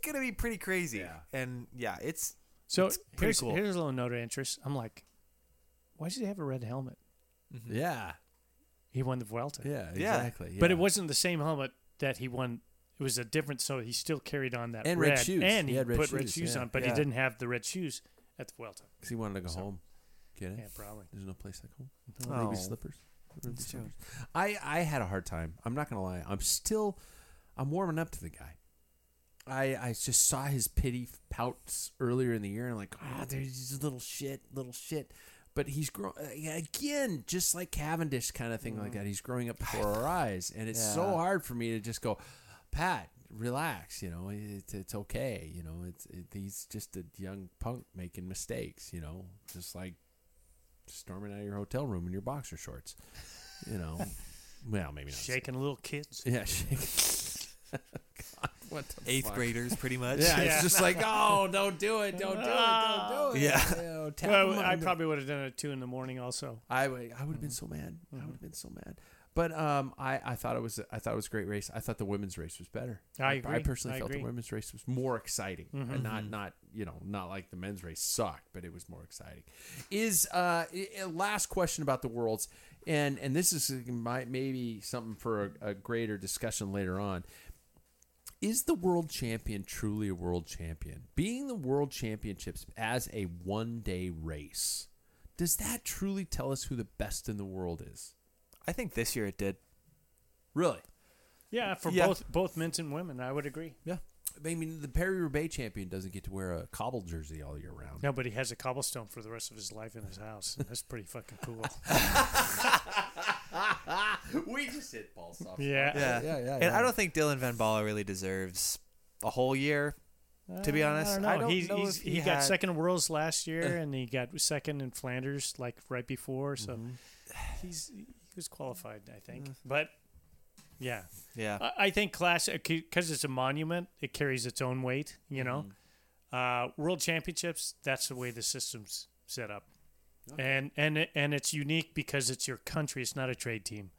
Speaker 4: gonna be pretty crazy. And yeah, it's
Speaker 3: so
Speaker 4: it's pretty
Speaker 3: here's,
Speaker 4: cool.
Speaker 3: here's a little note of interest. I'm like, why does he have a red helmet?
Speaker 2: yeah,
Speaker 3: He won the Vuelta,
Speaker 2: yeah,
Speaker 4: Yeah.
Speaker 2: exactly.
Speaker 3: but
Speaker 2: yeah.
Speaker 3: it wasn't the same helmet that he won. It was a different, so he still carried on that
Speaker 2: And red
Speaker 3: red,
Speaker 2: shoes.
Speaker 3: and
Speaker 2: He
Speaker 3: he,
Speaker 2: had red
Speaker 3: put red
Speaker 2: shoes,
Speaker 3: shoes
Speaker 2: yeah.
Speaker 3: on, but
Speaker 4: Yeah.
Speaker 3: he didn't have the red shoes at the Vuelta.
Speaker 2: 'Cause he wanted to go home. Get it?
Speaker 3: Yeah, probably.
Speaker 2: There's no place like home.
Speaker 4: Oh.
Speaker 2: Ruby slippers. Ruby slippers. I I had a hard time. I'm not gonna lie. I'm still I'm warming up to the guy. I I just saw his pity pouts earlier in the year, and I'm like, ah, there's this little shit, little shit. But he's growing again, just like Cavendish kind of thing like that. He's growing up before our eyes, and it's so
Speaker 4: Yeah.
Speaker 2: hard for me to just go, Pat, relax. You know, it's it's okay. You know, it's it, he's just a young punk making mistakes. You know, just like storming out of your hotel room in your boxer shorts. You know, well, maybe not.
Speaker 3: Shaking little kids.
Speaker 2: Yeah, shake. God, What the
Speaker 4: eighth
Speaker 2: fuck?
Speaker 4: graders, pretty much.
Speaker 2: Yeah,
Speaker 3: Yeah.
Speaker 2: it's just like, oh, don't do it, don't do it, don't do it.
Speaker 4: Yeah.
Speaker 2: You know, tap
Speaker 3: Well,
Speaker 2: them
Speaker 3: I
Speaker 2: on the-
Speaker 3: probably would have done it at two in the morning also.
Speaker 2: I would, I would
Speaker 3: Mm-hmm.
Speaker 2: have been so mad. I would have been so mad. But um, I, I thought it was, I thought it was a great race. I thought the women's race was better.
Speaker 3: I
Speaker 2: I
Speaker 3: agree.
Speaker 2: personally
Speaker 3: I
Speaker 2: felt
Speaker 3: agree. Mm-hmm.
Speaker 2: the women's race was more exciting, and not, not, you know, not like the men's race sucked, but it was more exciting. Is uh, i- i- last question about the worlds, and and this is my, maybe something for a, a greater discussion later on. Is the world champion truly a world champion? Being the world championships as a one day race, does that truly tell us who the best in the world is?
Speaker 4: I think this year it did.
Speaker 2: Really?
Speaker 3: Yeah, for
Speaker 4: Yeah.
Speaker 3: both both men's and women, I would agree.
Speaker 4: Yeah.
Speaker 2: I mean, the Perry Roubaix champion doesn't get to wear a cobble jersey all year round.
Speaker 3: No, but he has a cobblestone for the rest of his life in his house. and That's pretty fucking cool.
Speaker 2: we just hit balls off.
Speaker 3: yeah.
Speaker 2: yeah,
Speaker 4: Yeah.
Speaker 2: yeah,
Speaker 4: And
Speaker 2: yeah.
Speaker 4: I don't think Dylan Van Baller really deserves a whole year, to be honest.
Speaker 3: Uh, I don't know. he's,
Speaker 4: know
Speaker 3: he's,
Speaker 4: if
Speaker 3: he,
Speaker 4: he
Speaker 3: got
Speaker 4: had-
Speaker 3: second in Worlds last year, and he got second in Flanders like right before. So he's he was qualified, I think. But yeah,
Speaker 4: Yeah.
Speaker 3: I, I think classic because it's a monument, it carries its own weight. You know, uh, World Championships. That's the way the system's set up, and and it, and it's unique because it's your country. It's not a trade team,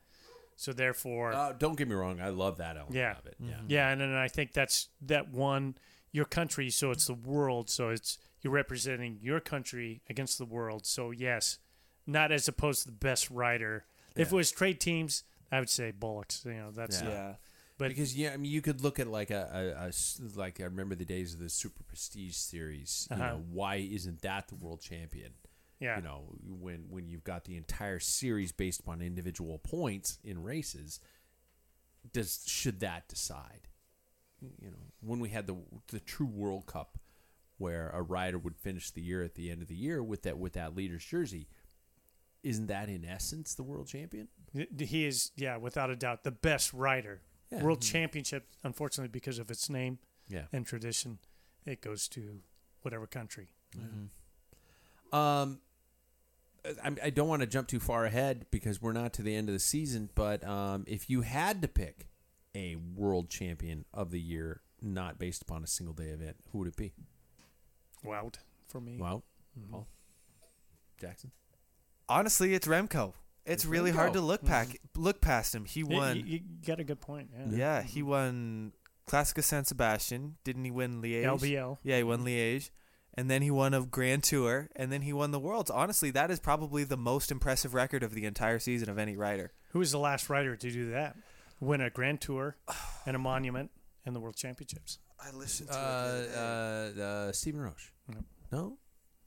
Speaker 3: so therefore,
Speaker 2: Uh, don't get me wrong. I love that element
Speaker 3: Yeah. Mm-hmm.
Speaker 2: of it. Yeah.
Speaker 3: yeah. And then I think that's that one your country. So it's the world. So it's you're representing your country against the world. So yes, not as opposed to the best rider. If it was trade teams, I would say bollocks. You know, that's
Speaker 2: Yeah.
Speaker 3: not-
Speaker 4: yeah.
Speaker 3: But-
Speaker 2: because yeah, I mean, you could look at like a, a- a s- like I remember the days of the Super Prestige series. You
Speaker 3: Uh-huh.
Speaker 2: know, why isn't that the world champion?
Speaker 3: yeah.
Speaker 2: You know, when when you've got the entire series based upon individual points in races, does should that decide? You know, when we had the the true World Cup, where a rider would finish the year at the end of the year with that with that leader's jersey, isn't that in essence the world champion?
Speaker 3: He is, yeah, without a doubt, the best rider.
Speaker 2: Yeah. Mm-hmm.
Speaker 3: World Championship, unfortunately, because of its name
Speaker 2: Yeah.
Speaker 3: and tradition, it goes to whatever country.
Speaker 2: Um, I, I don't want to jump too far ahead because we're not to the end of the season. But um, if you had to pick a world champion of the year, not based upon a single day event, who would it be?
Speaker 3: Wow, for me.
Speaker 2: Wow,
Speaker 3: Mm-hmm.
Speaker 2: Paul Jackson.
Speaker 4: Honestly, it's Remco. It's really hard
Speaker 2: Remco.
Speaker 4: to look pack, look past him. He
Speaker 3: Y- y-
Speaker 4: won.
Speaker 3: You, got a good point. Yeah.
Speaker 4: yeah, he won Classica San Sebastian. Didn't he win Liège?
Speaker 3: LBL.
Speaker 4: Yeah, he won Liège. And then he won a Grand Tour, and then he won the Worlds. Honestly, that is probably the most impressive record of the entire season of any rider.
Speaker 3: Who was the last rider to do that? Win a Grand Tour and a monument and the World Championships.
Speaker 4: I listened
Speaker 2: Uh, uh, uh, Stephen Roche. No,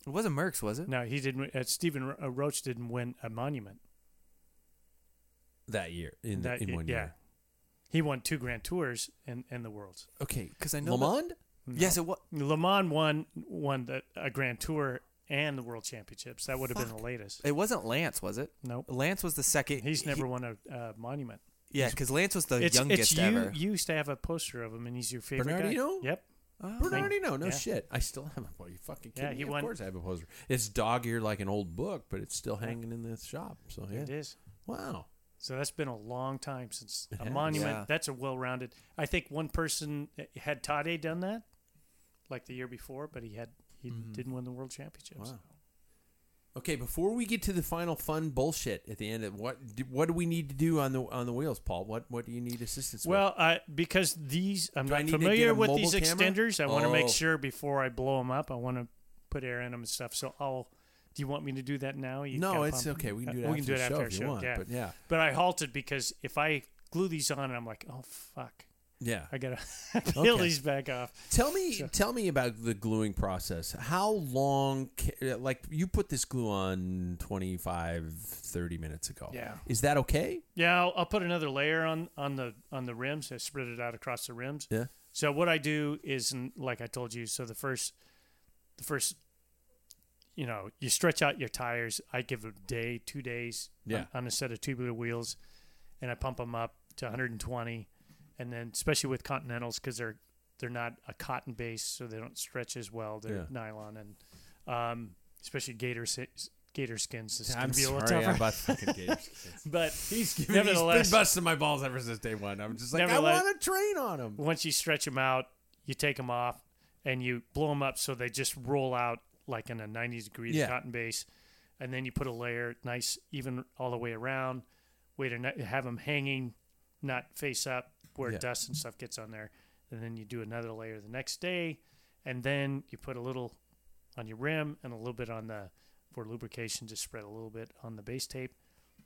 Speaker 4: it wasn't Merckx, was it?
Speaker 3: No, he didn't. Uh, Stephen Ro- uh, Roach didn't win a monument.
Speaker 2: that year in
Speaker 3: That-
Speaker 2: in one
Speaker 3: yeah.
Speaker 2: year.
Speaker 3: He won two Grand Tours and, and the Worlds.
Speaker 2: Okay,
Speaker 4: 'Cause I know
Speaker 2: Le
Speaker 4: that-
Speaker 2: Monde.
Speaker 4: Yes, it was.
Speaker 3: Le Mans won won the, a Grand Tour and the World Championships. That would have been the latest.
Speaker 4: It wasn't Lance, was it?
Speaker 3: Nope.
Speaker 4: Lance was the second.
Speaker 3: He's
Speaker 4: he-
Speaker 3: never won a uh, monument.
Speaker 4: Yeah, because Lance was the
Speaker 3: it's,
Speaker 4: youngest
Speaker 3: it's you,
Speaker 4: ever.
Speaker 3: You used to have a poster of him, and he's your favorite
Speaker 2: Bernardino?
Speaker 3: guy. Yep.
Speaker 4: Oh.
Speaker 2: Bernardino, no
Speaker 3: Yeah.
Speaker 2: shit. I still have a. Are you fucking kidding
Speaker 3: Yeah, he
Speaker 2: me?
Speaker 3: won-
Speaker 2: Of course, I have a poster. It's dog eared like an old book, but it's still hanging in the shop. So Oh, yeah,
Speaker 3: It is.
Speaker 2: wow.
Speaker 3: So that's been a long time since
Speaker 2: It
Speaker 3: a
Speaker 2: has.
Speaker 3: monument.
Speaker 4: Yeah.
Speaker 3: That's a well-rounded. I think one person eh, had Tade done that, like the year before, but he had he didn't win the world championships.
Speaker 2: Wow. Okay, before we get to the final fun bullshit at the end, of what do- what do we need to do on the on the wheels, Paul? What what do you need assistance with?
Speaker 3: Well, I, because these I'm
Speaker 2: Do I
Speaker 3: not
Speaker 2: need to get
Speaker 3: familiar
Speaker 2: a
Speaker 3: with
Speaker 2: mobile
Speaker 3: these
Speaker 2: camera?
Speaker 3: extenders. I want to
Speaker 2: Oh.
Speaker 3: make sure before I blow them up. I want to put air in them and stuff. So I'll. Do you want me to do that now? You
Speaker 2: no,
Speaker 3: kinda
Speaker 2: it's
Speaker 3: pump-
Speaker 2: okay. We can do
Speaker 3: Uh,
Speaker 2: it after the show if you want.
Speaker 3: Yeah.
Speaker 2: But yeah,
Speaker 3: But I halted because if I glue these on, I'm like, oh fuck,
Speaker 2: yeah.
Speaker 3: I gotta peel
Speaker 2: Okay.
Speaker 3: these back off.
Speaker 2: Tell me, tell me about the gluing process. How long, ca- like you put this glue on 25, 30 minutes ago?
Speaker 3: Yeah.
Speaker 2: Is that okay?
Speaker 3: Yeah, I'll, I'll put another layer on on the on the rims. I spread it out across the rims.
Speaker 2: Yeah.
Speaker 3: So what I do is, and like I told you, so the first, the first, you know, you stretch out your tires. I give a day, two days, on-
Speaker 2: Yeah.
Speaker 3: on, a set of tubular wheels, and I pump them up to 120, and then especially with Continentals because they're they're not a cotton base, so they don't stretch as well. They're
Speaker 2: Yeah.
Speaker 3: nylon, and um, especially Gator si- gator skins is going
Speaker 2: I'm
Speaker 3: to be a little
Speaker 2: sorry
Speaker 3: tougher.
Speaker 2: about fucking games.
Speaker 3: but
Speaker 2: He's giving
Speaker 3: nevertheless,
Speaker 2: Nevertheless, he's been busting my balls ever since day one. I'm just like, I
Speaker 3: Nevertheless-
Speaker 2: want to train on him.
Speaker 3: once you stretch them out, you take them off and you blow them up so they just roll out like in a 90 degree
Speaker 2: Yeah.
Speaker 3: cotton base. And then you put a layer nice, even all the way around. Wait, and have them hanging, not face up where
Speaker 2: Yeah.
Speaker 3: dust and stuff gets on there. And then you do another layer the next day. And then you put a little on your rim and a little bit on the, for lubrication, just spread a little bit on the base tape.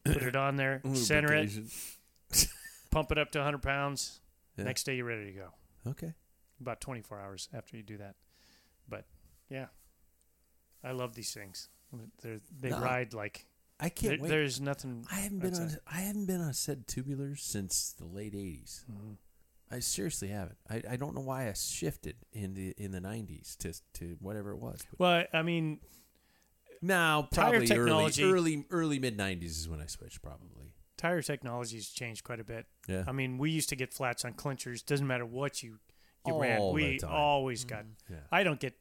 Speaker 3: Put it on there, center it,
Speaker 2: Lubrication.
Speaker 3: pump it up to 100 pounds.
Speaker 2: Yeah.
Speaker 3: Next day, you're ready to go
Speaker 2: Okay.
Speaker 3: about 24 hours after you do that. But yeah, I love these things. They're, they
Speaker 2: No.
Speaker 3: ride like
Speaker 2: I can't
Speaker 3: there-
Speaker 2: wait.
Speaker 3: there's nothing.
Speaker 2: I haven't been
Speaker 3: outside.
Speaker 2: on I haven't been on a set of tubulars since the late 80s.
Speaker 3: Mm-hmm.
Speaker 2: I seriously haven't. I, I don't know why I shifted in the in the 90s to to whatever it was. But
Speaker 3: Well, I mean,
Speaker 2: now
Speaker 3: tire
Speaker 2: probably early,
Speaker 3: technology-
Speaker 2: early early mid 90s is when I switched probably.
Speaker 3: tire technology's changed quite a bit.
Speaker 2: Yeah.
Speaker 3: I mean, we used to get flats on clinchers. Doesn't matter what you you
Speaker 2: All
Speaker 3: ran.
Speaker 2: the
Speaker 3: We
Speaker 2: time.
Speaker 3: always got.
Speaker 2: Yeah.
Speaker 3: I don't get.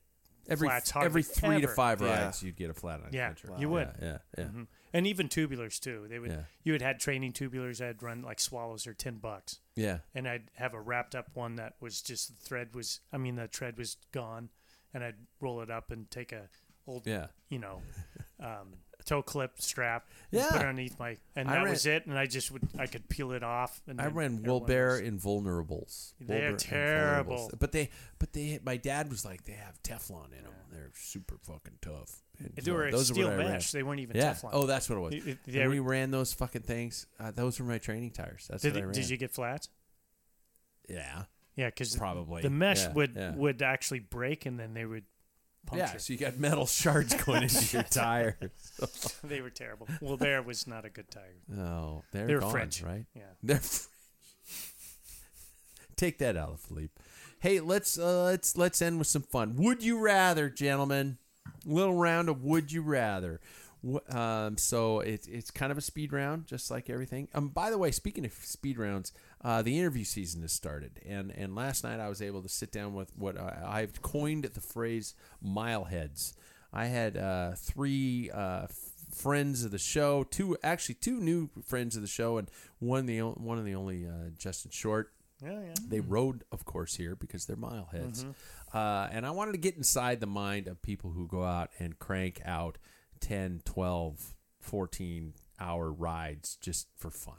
Speaker 2: Every
Speaker 3: Flats hardly
Speaker 2: every 3 to
Speaker 3: ever.
Speaker 2: 5
Speaker 4: Yeah.
Speaker 2: rides you'd get a flat on
Speaker 3: Yeah,
Speaker 2: adventure.
Speaker 3: you would.
Speaker 2: Yeah, yeah. yeah.
Speaker 3: Mhm. And even tubulars too. They would.
Speaker 2: Yeah.
Speaker 3: You had had training tubulars. I'd run like swallows or ten bucks.
Speaker 2: Yeah.
Speaker 3: and I'd have a wrapped up one that was just the thread was I mean the thread was gone, and I'd roll it up and take a old
Speaker 2: Yeah.
Speaker 3: you know um, toe clip strap and
Speaker 2: Yeah.
Speaker 3: put it underneath my and
Speaker 2: I
Speaker 3: that
Speaker 2: ran-
Speaker 3: was it and I just would I could peel it off and
Speaker 2: I
Speaker 3: then
Speaker 2: ran
Speaker 3: everyone
Speaker 2: Wilbur
Speaker 3: was-
Speaker 2: and Vulnerables.
Speaker 3: They're
Speaker 2: Wilbur and
Speaker 3: terrible.
Speaker 2: Vulnerables. But they, but they, my dad was like, they have Teflon in them. They're super fucking tough. And
Speaker 3: They
Speaker 2: so
Speaker 3: were a
Speaker 2: those are
Speaker 3: steel
Speaker 2: what I ran.
Speaker 3: mesh. They weren't even
Speaker 2: yeah.
Speaker 3: Teflon.
Speaker 2: Oh, that's what it was.
Speaker 3: It- it-
Speaker 2: When
Speaker 3: they-
Speaker 2: we ran those fucking things. Uh, those were my training tires. That's
Speaker 3: did,
Speaker 2: what I
Speaker 3: it-
Speaker 2: ran.
Speaker 3: did you get flat?
Speaker 2: Yeah.
Speaker 3: Yeah, because
Speaker 2: Probably.
Speaker 3: the mesh
Speaker 2: Yeah,
Speaker 3: would
Speaker 2: yeah.
Speaker 3: would actually break and then they would puncture.
Speaker 2: Yeah. So you got metal shards going into your tires.
Speaker 3: they were terrible. Wilbur was not a good tire.
Speaker 2: Oh, they're,
Speaker 3: They're
Speaker 2: gone,
Speaker 3: French.
Speaker 2: right?
Speaker 3: Yeah.
Speaker 2: They're French. Take that out, Philippe. Hey, let's uh, let's let's end with some fun. Would you rather, gentlemen? Little round of would you rather. Wh- Um, so it's it's kind of a speed round, just like everything. Um, by the way, speaking of speed rounds, uh, the interview season has started, and and last night I was able to sit down with what I, I've coined the phrase mileheads. I had uh, three uh, f- friends of the show, two actually two new friends of the show, and one the o- one of the only uh, Justin Short.
Speaker 3: Yeah, yeah.
Speaker 2: They rode, of course, here because they're mile heads. Uh, and I wanted to get inside the mind of people who go out and crank out 10, 12, 14 hour rides just for fun.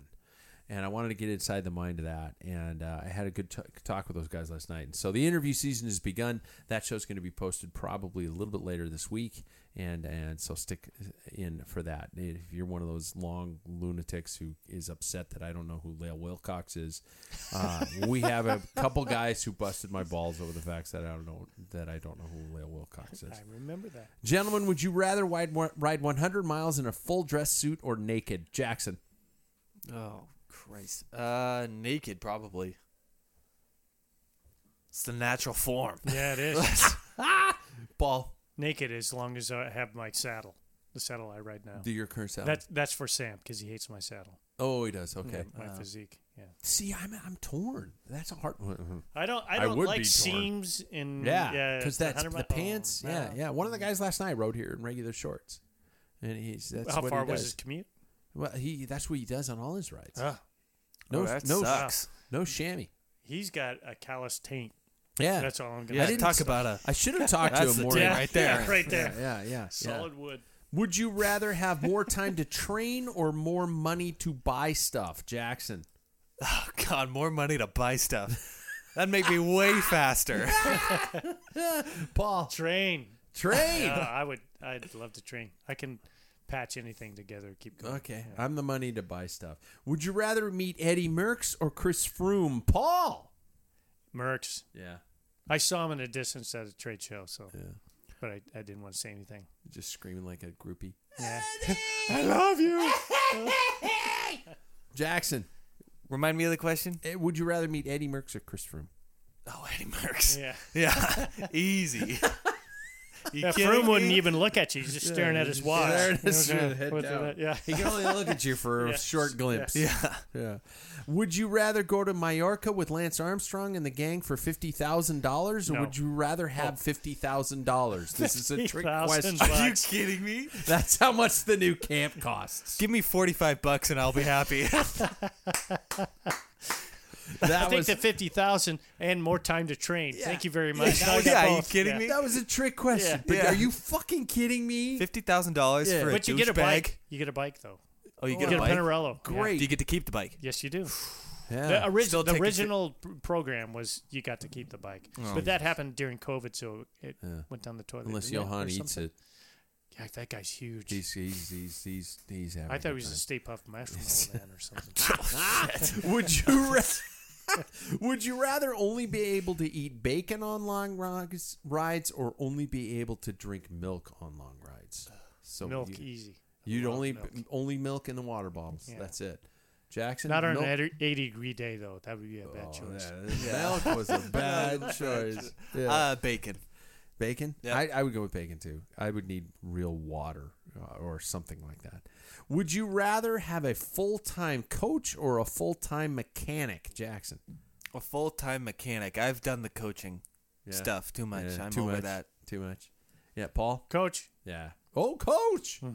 Speaker 2: And I wanted to get inside the mind of that. And uh, I had a good t- talk with those guys last night. And so the interview season has begun. That show's going to be posted probably a little bit later this week. And, and so stick uh, in for that. If you're one of those long lunatics who is upset that I don't know who Lale Wilcox is, uh, we have a couple guys who busted my balls over the facts that I don't know that I don't know who Lale Wilcox is.
Speaker 3: I remember that.
Speaker 2: Gentlemen, would you rather ride ride 100 miles in a full dress suit or naked, Jackson?
Speaker 4: Oh Christ! Uh, naked probably. It's the natural form.
Speaker 3: Yeah, it is.
Speaker 2: Ball,
Speaker 3: naked as long as I have my saddle, the saddle I ride now.
Speaker 2: do your current sound.
Speaker 3: That's Mm-hmm. that's for Sam because he hates my saddle,
Speaker 2: oh, he does. um, Okay.
Speaker 3: my physique. Yeah,
Speaker 2: See, I'm I'm torn. That's a hard one.
Speaker 3: I don't I
Speaker 2: I
Speaker 3: don't
Speaker 2: would be
Speaker 3: like
Speaker 2: torn.
Speaker 3: seams in
Speaker 2: Yeah,
Speaker 3: Mm-hmm. it's
Speaker 2: because that's
Speaker 3: 100
Speaker 2: the
Speaker 3: mi- oh, Mm-hmm.
Speaker 2: pants. yeah, yeah. One of the guys last night rode here in regular shorts, and he's that's
Speaker 3: How
Speaker 2: what
Speaker 3: far
Speaker 2: he
Speaker 3: was
Speaker 2: does.
Speaker 3: his commute?
Speaker 2: Well, he that's what he does on all his rides.
Speaker 3: Ah,
Speaker 2: no,
Speaker 4: Oh, that
Speaker 2: no,
Speaker 4: sucks.
Speaker 2: no chamois.
Speaker 3: he's got a callous taint.
Speaker 2: Yeah,
Speaker 3: That's all I'm gonna.
Speaker 4: Yeah,
Speaker 2: didn't
Speaker 4: talk
Speaker 2: s-
Speaker 4: about a
Speaker 2: I should have talked to
Speaker 4: That's
Speaker 2: him
Speaker 4: the
Speaker 2: more.
Speaker 4: dick
Speaker 3: Yeah,
Speaker 4: right there.
Speaker 3: yeah, right there.
Speaker 2: Yeah, yeah, yeah.
Speaker 3: Solid wood.
Speaker 2: Would you rather have more time to train or more money to buy stuff, Jackson?
Speaker 4: oh god more money to buy stuff. That'd make me way faster.
Speaker 2: Paul,
Speaker 3: Train. Uh,
Speaker 2: train.
Speaker 3: I would. I'd love to train. I can patch anything together. Keep going.
Speaker 2: okay, I'm the money to buy stuff. Would you rather meet Eddie Merckx or Chris Froome, Paul?
Speaker 3: Mercs.
Speaker 2: Yeah,
Speaker 3: I saw him in a distance at a trade show, so. But I, I didn't want to say anything.
Speaker 2: just screaming like a groupie.
Speaker 3: Yeah.
Speaker 2: I love you, Jackson.
Speaker 4: Remind me of the question.
Speaker 2: eh, Would you rather meet Eddie Merckx or Chris Froome?
Speaker 4: Oh, Eddie Merckx.
Speaker 3: Yeah.
Speaker 4: Yeah, easy. You
Speaker 3: That
Speaker 4: kidding
Speaker 3: Froome wouldn't
Speaker 4: me?
Speaker 3: even look at you. He's just staring at his watch.
Speaker 2: Staring at
Speaker 3: You
Speaker 2: his
Speaker 3: know,
Speaker 2: head
Speaker 3: with
Speaker 2: down.
Speaker 3: that- Yeah.
Speaker 2: He can only look at you for a
Speaker 3: Yes.
Speaker 2: short glimpse.
Speaker 4: Yeah.
Speaker 2: Yeah. Would you rather go to Mallorca with Lance Armstrong and the gang for fifty thousand dollars, or
Speaker 3: No. Oh.
Speaker 2: would you rather have fifty thousand dollars? This is a trick question.
Speaker 3: $50,000.
Speaker 4: Are you
Speaker 3: Bucks.
Speaker 4: kidding me?
Speaker 2: That's how much the new camp costs.
Speaker 4: Give me 45 bucks and I'll be happy.
Speaker 2: That
Speaker 3: I think
Speaker 2: was
Speaker 3: the fifty thousand and more time to train. Thank you very much.
Speaker 4: Yeah.
Speaker 3: Now I got
Speaker 4: Yeah, are you
Speaker 3: both.
Speaker 4: kidding me?
Speaker 2: that was a trick question.
Speaker 3: Yeah.
Speaker 2: But
Speaker 4: Yeah.
Speaker 2: are you fucking kidding me?
Speaker 4: $50,000
Speaker 2: Yeah.
Speaker 4: for a
Speaker 3: But you get a
Speaker 4: douchebag?
Speaker 3: bike. You get a bike though.
Speaker 4: Oh, you
Speaker 3: You
Speaker 4: get
Speaker 3: get
Speaker 4: a
Speaker 3: a
Speaker 4: bike?
Speaker 3: Pinarello. Yeah.
Speaker 2: Great.
Speaker 4: Do you get to keep the bike?
Speaker 3: Yes, you do.
Speaker 2: Yeah.
Speaker 3: The, orig-
Speaker 4: Still
Speaker 3: the
Speaker 4: take a shit.
Speaker 3: original pr- program was you got to keep the bike, but that happened during COVID, so it went down the toilet.
Speaker 2: Unless
Speaker 3: didn't it, or
Speaker 2: Johan eats
Speaker 3: something?
Speaker 2: it,
Speaker 3: Yeah, that guy's huge.
Speaker 2: he's he's he's he's, he's having.
Speaker 3: I thought
Speaker 2: a
Speaker 3: he
Speaker 2: good
Speaker 3: was a
Speaker 2: time.
Speaker 3: Stay Puft Marshmallow Man or something.
Speaker 2: Would you ra- would you rather only be able to eat bacon on long rides, rides or only be able to drink milk on long rides? So
Speaker 3: Milk
Speaker 2: you,
Speaker 3: easy.
Speaker 2: you'd
Speaker 3: Love
Speaker 2: only
Speaker 3: milk.
Speaker 2: only milk in the water bottles.
Speaker 3: Yeah.
Speaker 2: That's it. Jackson,
Speaker 3: Not on
Speaker 2: milk.
Speaker 3: an eighty degree day though. That would be a bad
Speaker 2: Oh,
Speaker 3: choice.
Speaker 2: yeah. Milk was a bad choice. Yeah.
Speaker 4: Uh, bacon.
Speaker 2: bacon.
Speaker 4: yeah.
Speaker 2: I, I would go with bacon too. I would need real water uh, or something like that. Would you rather have a full time coach or a full time mechanic, Jackson?
Speaker 4: A full time mechanic. I've done the coaching stuff too much.
Speaker 2: Yeah,
Speaker 4: I'm
Speaker 2: too
Speaker 4: over
Speaker 2: much.
Speaker 4: that.
Speaker 2: Too much. Yeah, Paul.
Speaker 3: Coach.
Speaker 2: Yeah. Oh, coach. Because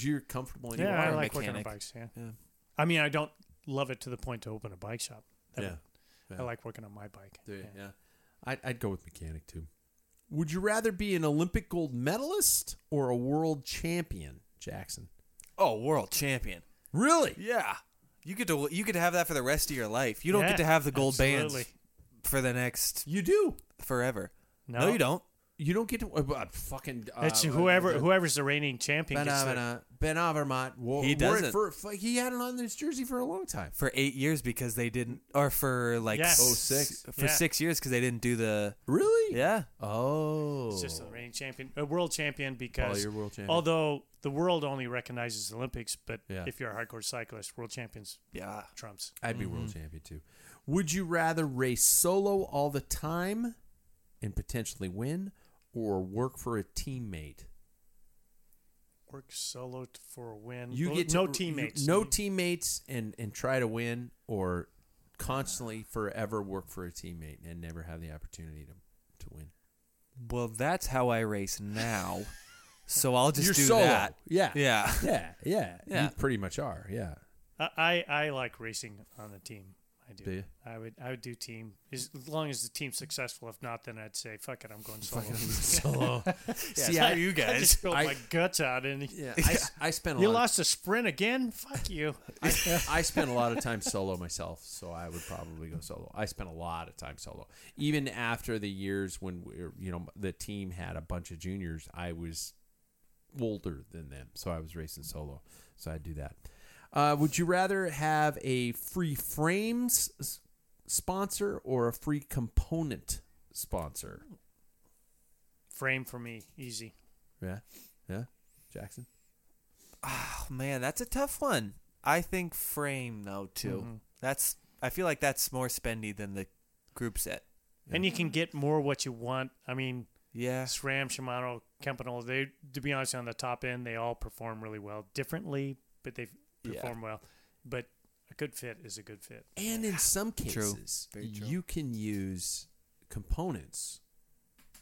Speaker 4: Mm-hmm.
Speaker 2: you're comfortable. And
Speaker 3: Yeah, I
Speaker 2: you are.
Speaker 3: like working on
Speaker 4: mechanic.
Speaker 3: bikes. Yeah.
Speaker 4: Yeah.
Speaker 3: I mean, I don't love it to the point to open a bike shop. That
Speaker 2: Yeah.
Speaker 3: would- I like working on my bike.
Speaker 2: Do you? Yeah. I'd, I'd go with mechanic too. Would you rather be an Olympic gold medalist or a world champion, Jackson?
Speaker 4: Oh, world champion.
Speaker 2: Really?
Speaker 4: Yeah. You get to you get to have that for the rest of your life. You don't get to have the gold
Speaker 3: absolutely.
Speaker 4: bands for the next
Speaker 2: You do.
Speaker 4: forever. No,
Speaker 3: No.
Speaker 4: you don't.
Speaker 2: You don't get to. Uh, uh, fucking. Uh,
Speaker 3: It's whoever whoever's the reigning champion.
Speaker 2: Ben
Speaker 3: Gets the-
Speaker 2: Avermaet. Ben Avermaet. wo-
Speaker 4: He
Speaker 2: wore it
Speaker 4: doesn't.
Speaker 2: For, for, he had it on his jersey for a long time.
Speaker 4: For eight years because they didn't, or for like
Speaker 3: Yes.
Speaker 4: s-
Speaker 3: Oh,
Speaker 2: six.
Speaker 3: Yeah.
Speaker 4: for six years because they didn't do the
Speaker 2: Really?
Speaker 4: yeah.
Speaker 2: Oh.
Speaker 3: It's just a reigning champion, a world champion, because
Speaker 2: you're world champion.
Speaker 3: although the world only recognizes Olympics, but
Speaker 2: Yeah.
Speaker 3: if you're a hardcore cyclist, world champions
Speaker 4: Yeah.
Speaker 3: trumps.
Speaker 2: I'd be
Speaker 3: Mm-hmm.
Speaker 2: world champion too. Would you rather race solo all the time and potentially win, or work for a teammate?
Speaker 3: Work solo t- for a win.
Speaker 2: You
Speaker 3: Well,
Speaker 2: get to-
Speaker 3: no
Speaker 2: you-
Speaker 3: teammates.
Speaker 2: no teammates, and and try to win, or constantly forever work for a teammate and never have the opportunity to to win.
Speaker 4: Well, that's how I race now. So I'll just
Speaker 2: You're
Speaker 4: do
Speaker 2: solo.
Speaker 4: that.
Speaker 2: Yeah.
Speaker 4: Yeah.
Speaker 2: Yeah, yeah,
Speaker 4: Yeah.
Speaker 2: You pretty much are. Yeah,
Speaker 3: I, I I like racing on a team. I do.
Speaker 2: Do you?
Speaker 3: I would I would do team as long as the team's successful. If not, then I'd say fuck it, I'm going solo.
Speaker 2: solo. See,
Speaker 4: How
Speaker 2: I,
Speaker 4: are you
Speaker 3: I
Speaker 4: guys?
Speaker 3: just spilled
Speaker 2: I-
Speaker 3: my guts out, and
Speaker 2: yeah, I, I spent a
Speaker 3: you
Speaker 2: lot.
Speaker 3: lost a sprint again. Fuck you.
Speaker 2: I, I spent a lot of time solo myself, so I would probably go solo. I spent a lot of time solo, even after the years when we were, you know the team had a bunch of juniors. I was older than them, so I was racing solo. So I'd do that. Uh, would you rather have a free frames s- sponsor or a free component sponsor?
Speaker 3: Frame for me, easy.
Speaker 2: Yeah, yeah, Jackson.
Speaker 4: Oh, man, that's a tough one. I think frame though too.
Speaker 3: Mm-hmm.
Speaker 4: That's I feel like that's more spendy than the group set.
Speaker 3: And you can get more what you want. I mean,
Speaker 4: Yeah.
Speaker 3: SRAM, Shimano, Kempinol, they, to be honest, on the top end, they all perform really well. Differently, but they
Speaker 4: Yeah.
Speaker 3: perform well. But a good fit is a good fit.
Speaker 2: And in some
Speaker 4: True.
Speaker 2: cases,
Speaker 4: Very true.
Speaker 2: you can use components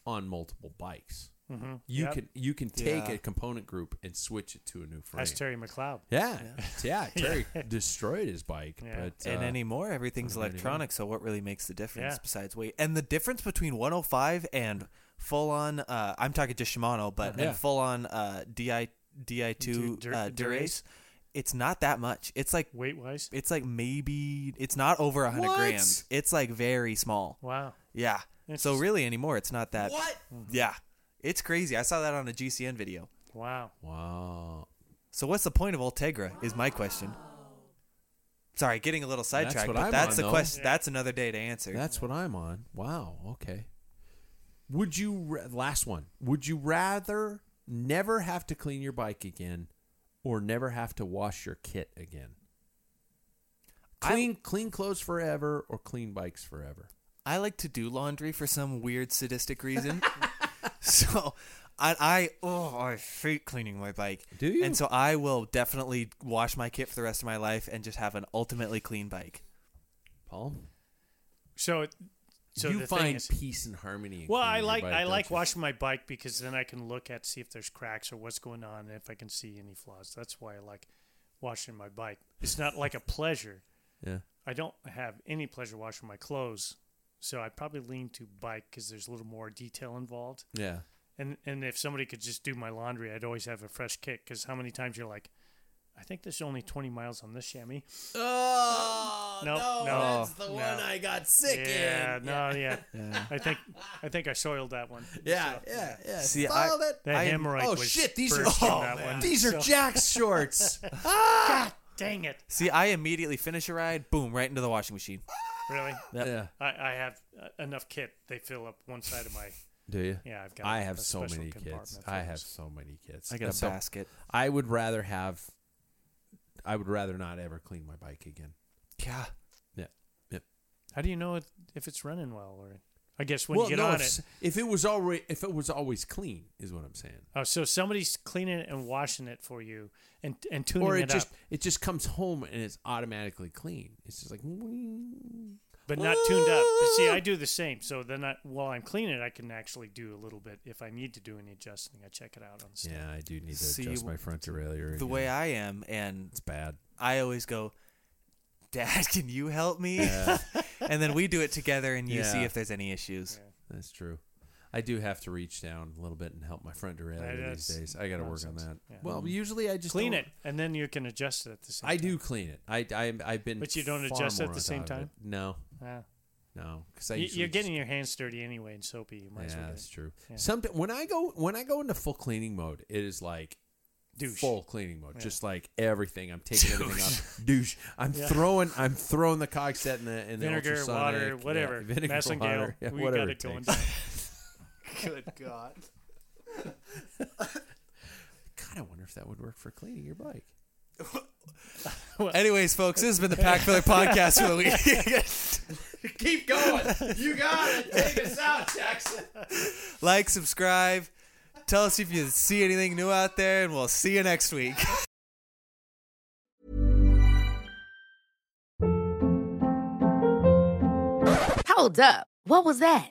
Speaker 2: on multiple bikes.
Speaker 3: Mm-hmm.
Speaker 2: You can you can take
Speaker 4: Yeah.
Speaker 2: a component group and switch it to a new frame.
Speaker 3: That's Terry McLeod.
Speaker 2: yeah, yeah. Terry destroyed his bike,
Speaker 3: Yeah.
Speaker 2: but
Speaker 4: and
Speaker 2: uh,
Speaker 4: anymore, everything's
Speaker 2: anymore.
Speaker 4: electronic, so what really makes the difference
Speaker 3: Yeah.
Speaker 4: besides weight? And the difference between 105 and full on, uh, I'm talking just Shimano, but
Speaker 2: Yeah.
Speaker 4: and full on uh, Di
Speaker 3: Du-
Speaker 4: Di2
Speaker 3: dur-
Speaker 4: uh,
Speaker 3: durace?
Speaker 4: durace, it's not that much. It's like
Speaker 3: Weight wise,
Speaker 4: it's like maybe it's not over 100
Speaker 2: What?
Speaker 4: grams. It's like very small.
Speaker 3: wow.
Speaker 4: Yeah. So
Speaker 3: Interesting.
Speaker 4: really anymore, it's not that. What? Yeah, it's crazy. I saw that on a GCN video.
Speaker 3: Wow.
Speaker 2: wow,
Speaker 4: So what's the point of Ultegra? Is my question. Sorry, getting a little sidetracked,
Speaker 2: what
Speaker 4: but
Speaker 2: I'm
Speaker 4: that's
Speaker 2: on,
Speaker 4: the
Speaker 2: though.
Speaker 4: question. That's another day to answer.
Speaker 2: that's what I'm on. Wow, okay. Would you ra- last one? Would you rather never have to clean your bike again, or never have to wash your kit again?
Speaker 4: I-
Speaker 2: Clean clean clothes forever, or clean bikes forever.
Speaker 4: I like to do laundry for some weird sadistic reason. so I, I oh I hate cleaning my bike.
Speaker 2: Do you?
Speaker 4: And so I will definitely wash my kit for the rest of my life and just have an ultimately clean bike.
Speaker 2: Paul.
Speaker 3: So, it- so
Speaker 2: you
Speaker 3: the thing
Speaker 2: find
Speaker 3: is,
Speaker 2: peace and harmony. in
Speaker 3: well,
Speaker 2: cleaning
Speaker 3: I
Speaker 2: your
Speaker 3: like
Speaker 2: bike,
Speaker 3: I
Speaker 2: don't
Speaker 3: like
Speaker 2: you?
Speaker 3: washing my bike because then I can look at see if there's cracks or what's going on and if I can see any flaws. That's why I like washing my bike. It's not like a pleasure.
Speaker 2: Yeah.
Speaker 3: I don't have any pleasure washing my clothes, so I probably lean to bike because there's a little more detail involved.
Speaker 2: Yeah.
Speaker 3: And and if somebody could just do my laundry, I'd always have a fresh kick. Because how many times you're like, I think there's only 20 miles on this chamois.
Speaker 2: Oh
Speaker 3: Nope, no, no, that's the no. one I
Speaker 2: got sick
Speaker 3: yeah, no, yeah. I think I think I soiled that one.
Speaker 2: Yeah,
Speaker 3: So,
Speaker 2: yeah, yeah.
Speaker 4: See, I-
Speaker 2: Follow that.
Speaker 3: That
Speaker 4: I am-
Speaker 3: hemorrhoid.
Speaker 2: oh
Speaker 3: was
Speaker 2: shit! These are
Speaker 3: burst in
Speaker 2: oh,
Speaker 3: that one.
Speaker 2: these are
Speaker 3: So-
Speaker 2: Jack's shorts. ah!
Speaker 3: Dang it!
Speaker 4: See, I immediately finish a ride, boom, right into the washing machine.
Speaker 3: Really?
Speaker 2: Yeah.
Speaker 3: I, I have uh, enough kit. They fill up one side of my.
Speaker 2: Do you?
Speaker 3: Yeah, I've got
Speaker 2: I
Speaker 3: a-
Speaker 2: have
Speaker 3: a
Speaker 2: so
Speaker 3: special
Speaker 2: many
Speaker 3: compartment
Speaker 2: kids.
Speaker 3: for
Speaker 2: I
Speaker 3: those.
Speaker 2: have so many kids.
Speaker 4: I got a
Speaker 2: So
Speaker 4: basket.
Speaker 2: I would rather have. I would rather not ever clean my bike again.
Speaker 4: Yeah.
Speaker 2: Yeah. Yep.
Speaker 3: How do you know if, if it's running well? Or I guess when
Speaker 2: well,
Speaker 3: you get
Speaker 2: no,
Speaker 3: on
Speaker 2: if,
Speaker 3: it.
Speaker 2: s- if it was already, if it was always clean, is what I'm saying.
Speaker 3: Oh, so somebody's cleaning it and washing it for you, and and tuning
Speaker 2: or
Speaker 3: it,
Speaker 2: it, just
Speaker 3: up,
Speaker 2: it just comes home and it's automatically clean. It's just like "Wing."
Speaker 3: but not tuned up. But see, I do the same. So then, I, while I'm cleaning it, I can actually do a little bit. If I need to do any adjusting, I check it out on. Stuff.
Speaker 2: yeah, I do need to
Speaker 4: See,
Speaker 2: adjust my front derailleur.
Speaker 4: The
Speaker 2: again.
Speaker 4: way I am, and
Speaker 2: it's bad.
Speaker 4: I always go, Dad, can you help me? and then we do it together and you see
Speaker 2: Yeah.
Speaker 4: if there's any issues.
Speaker 2: That's true. I do have to reach down a little bit and help my front
Speaker 3: Uh,
Speaker 2: derailleur
Speaker 3: that's
Speaker 2: these days. I got to work on
Speaker 3: nonsense.
Speaker 2: that.
Speaker 3: Yeah.
Speaker 2: Well, usually I just
Speaker 3: Clean
Speaker 2: don't-
Speaker 3: it, and then you can adjust it at the same.
Speaker 2: I
Speaker 3: time.
Speaker 2: do clean it. I, I I've been.
Speaker 3: But you don't
Speaker 2: far
Speaker 3: adjust it at
Speaker 2: more
Speaker 3: the
Speaker 2: on
Speaker 3: same
Speaker 2: top of it.
Speaker 3: time?
Speaker 2: No,
Speaker 3: Yeah.
Speaker 2: no, because I
Speaker 3: You-
Speaker 2: usually
Speaker 3: You're getting
Speaker 2: just-
Speaker 3: your hands dirty anyway and soapy. You might as
Speaker 2: yeah,
Speaker 3: well
Speaker 2: that's
Speaker 3: get,
Speaker 2: true.
Speaker 3: Yeah.
Speaker 2: Sometimes when I go when I go into full cleaning mode, it is like
Speaker 3: Douche.
Speaker 2: full cleaning mode,
Speaker 3: Yeah.
Speaker 2: just like everything. I'm taking everything off. Douche. I'm throwing I'm throwing the cockset in the in the
Speaker 3: vinegar,
Speaker 2: ultrasonic,
Speaker 3: water,
Speaker 2: yeah,
Speaker 3: whatever.
Speaker 2: vinegar,
Speaker 3: Massingale,
Speaker 2: water, yeah,
Speaker 3: we
Speaker 2: whatever
Speaker 3: got it
Speaker 2: it
Speaker 3: going
Speaker 2: takes.
Speaker 3: down.
Speaker 2: God, I wonder if that would work for cleaning your bike.
Speaker 4: Anyways, folks, this has been the Pack Filler podcast for the week.
Speaker 2: Keep going. You got it. Take us out, Jackson.
Speaker 4: like, subscribe, tell us if you see anything new out there, and we'll see you next week.
Speaker 5: Hold up. What was that?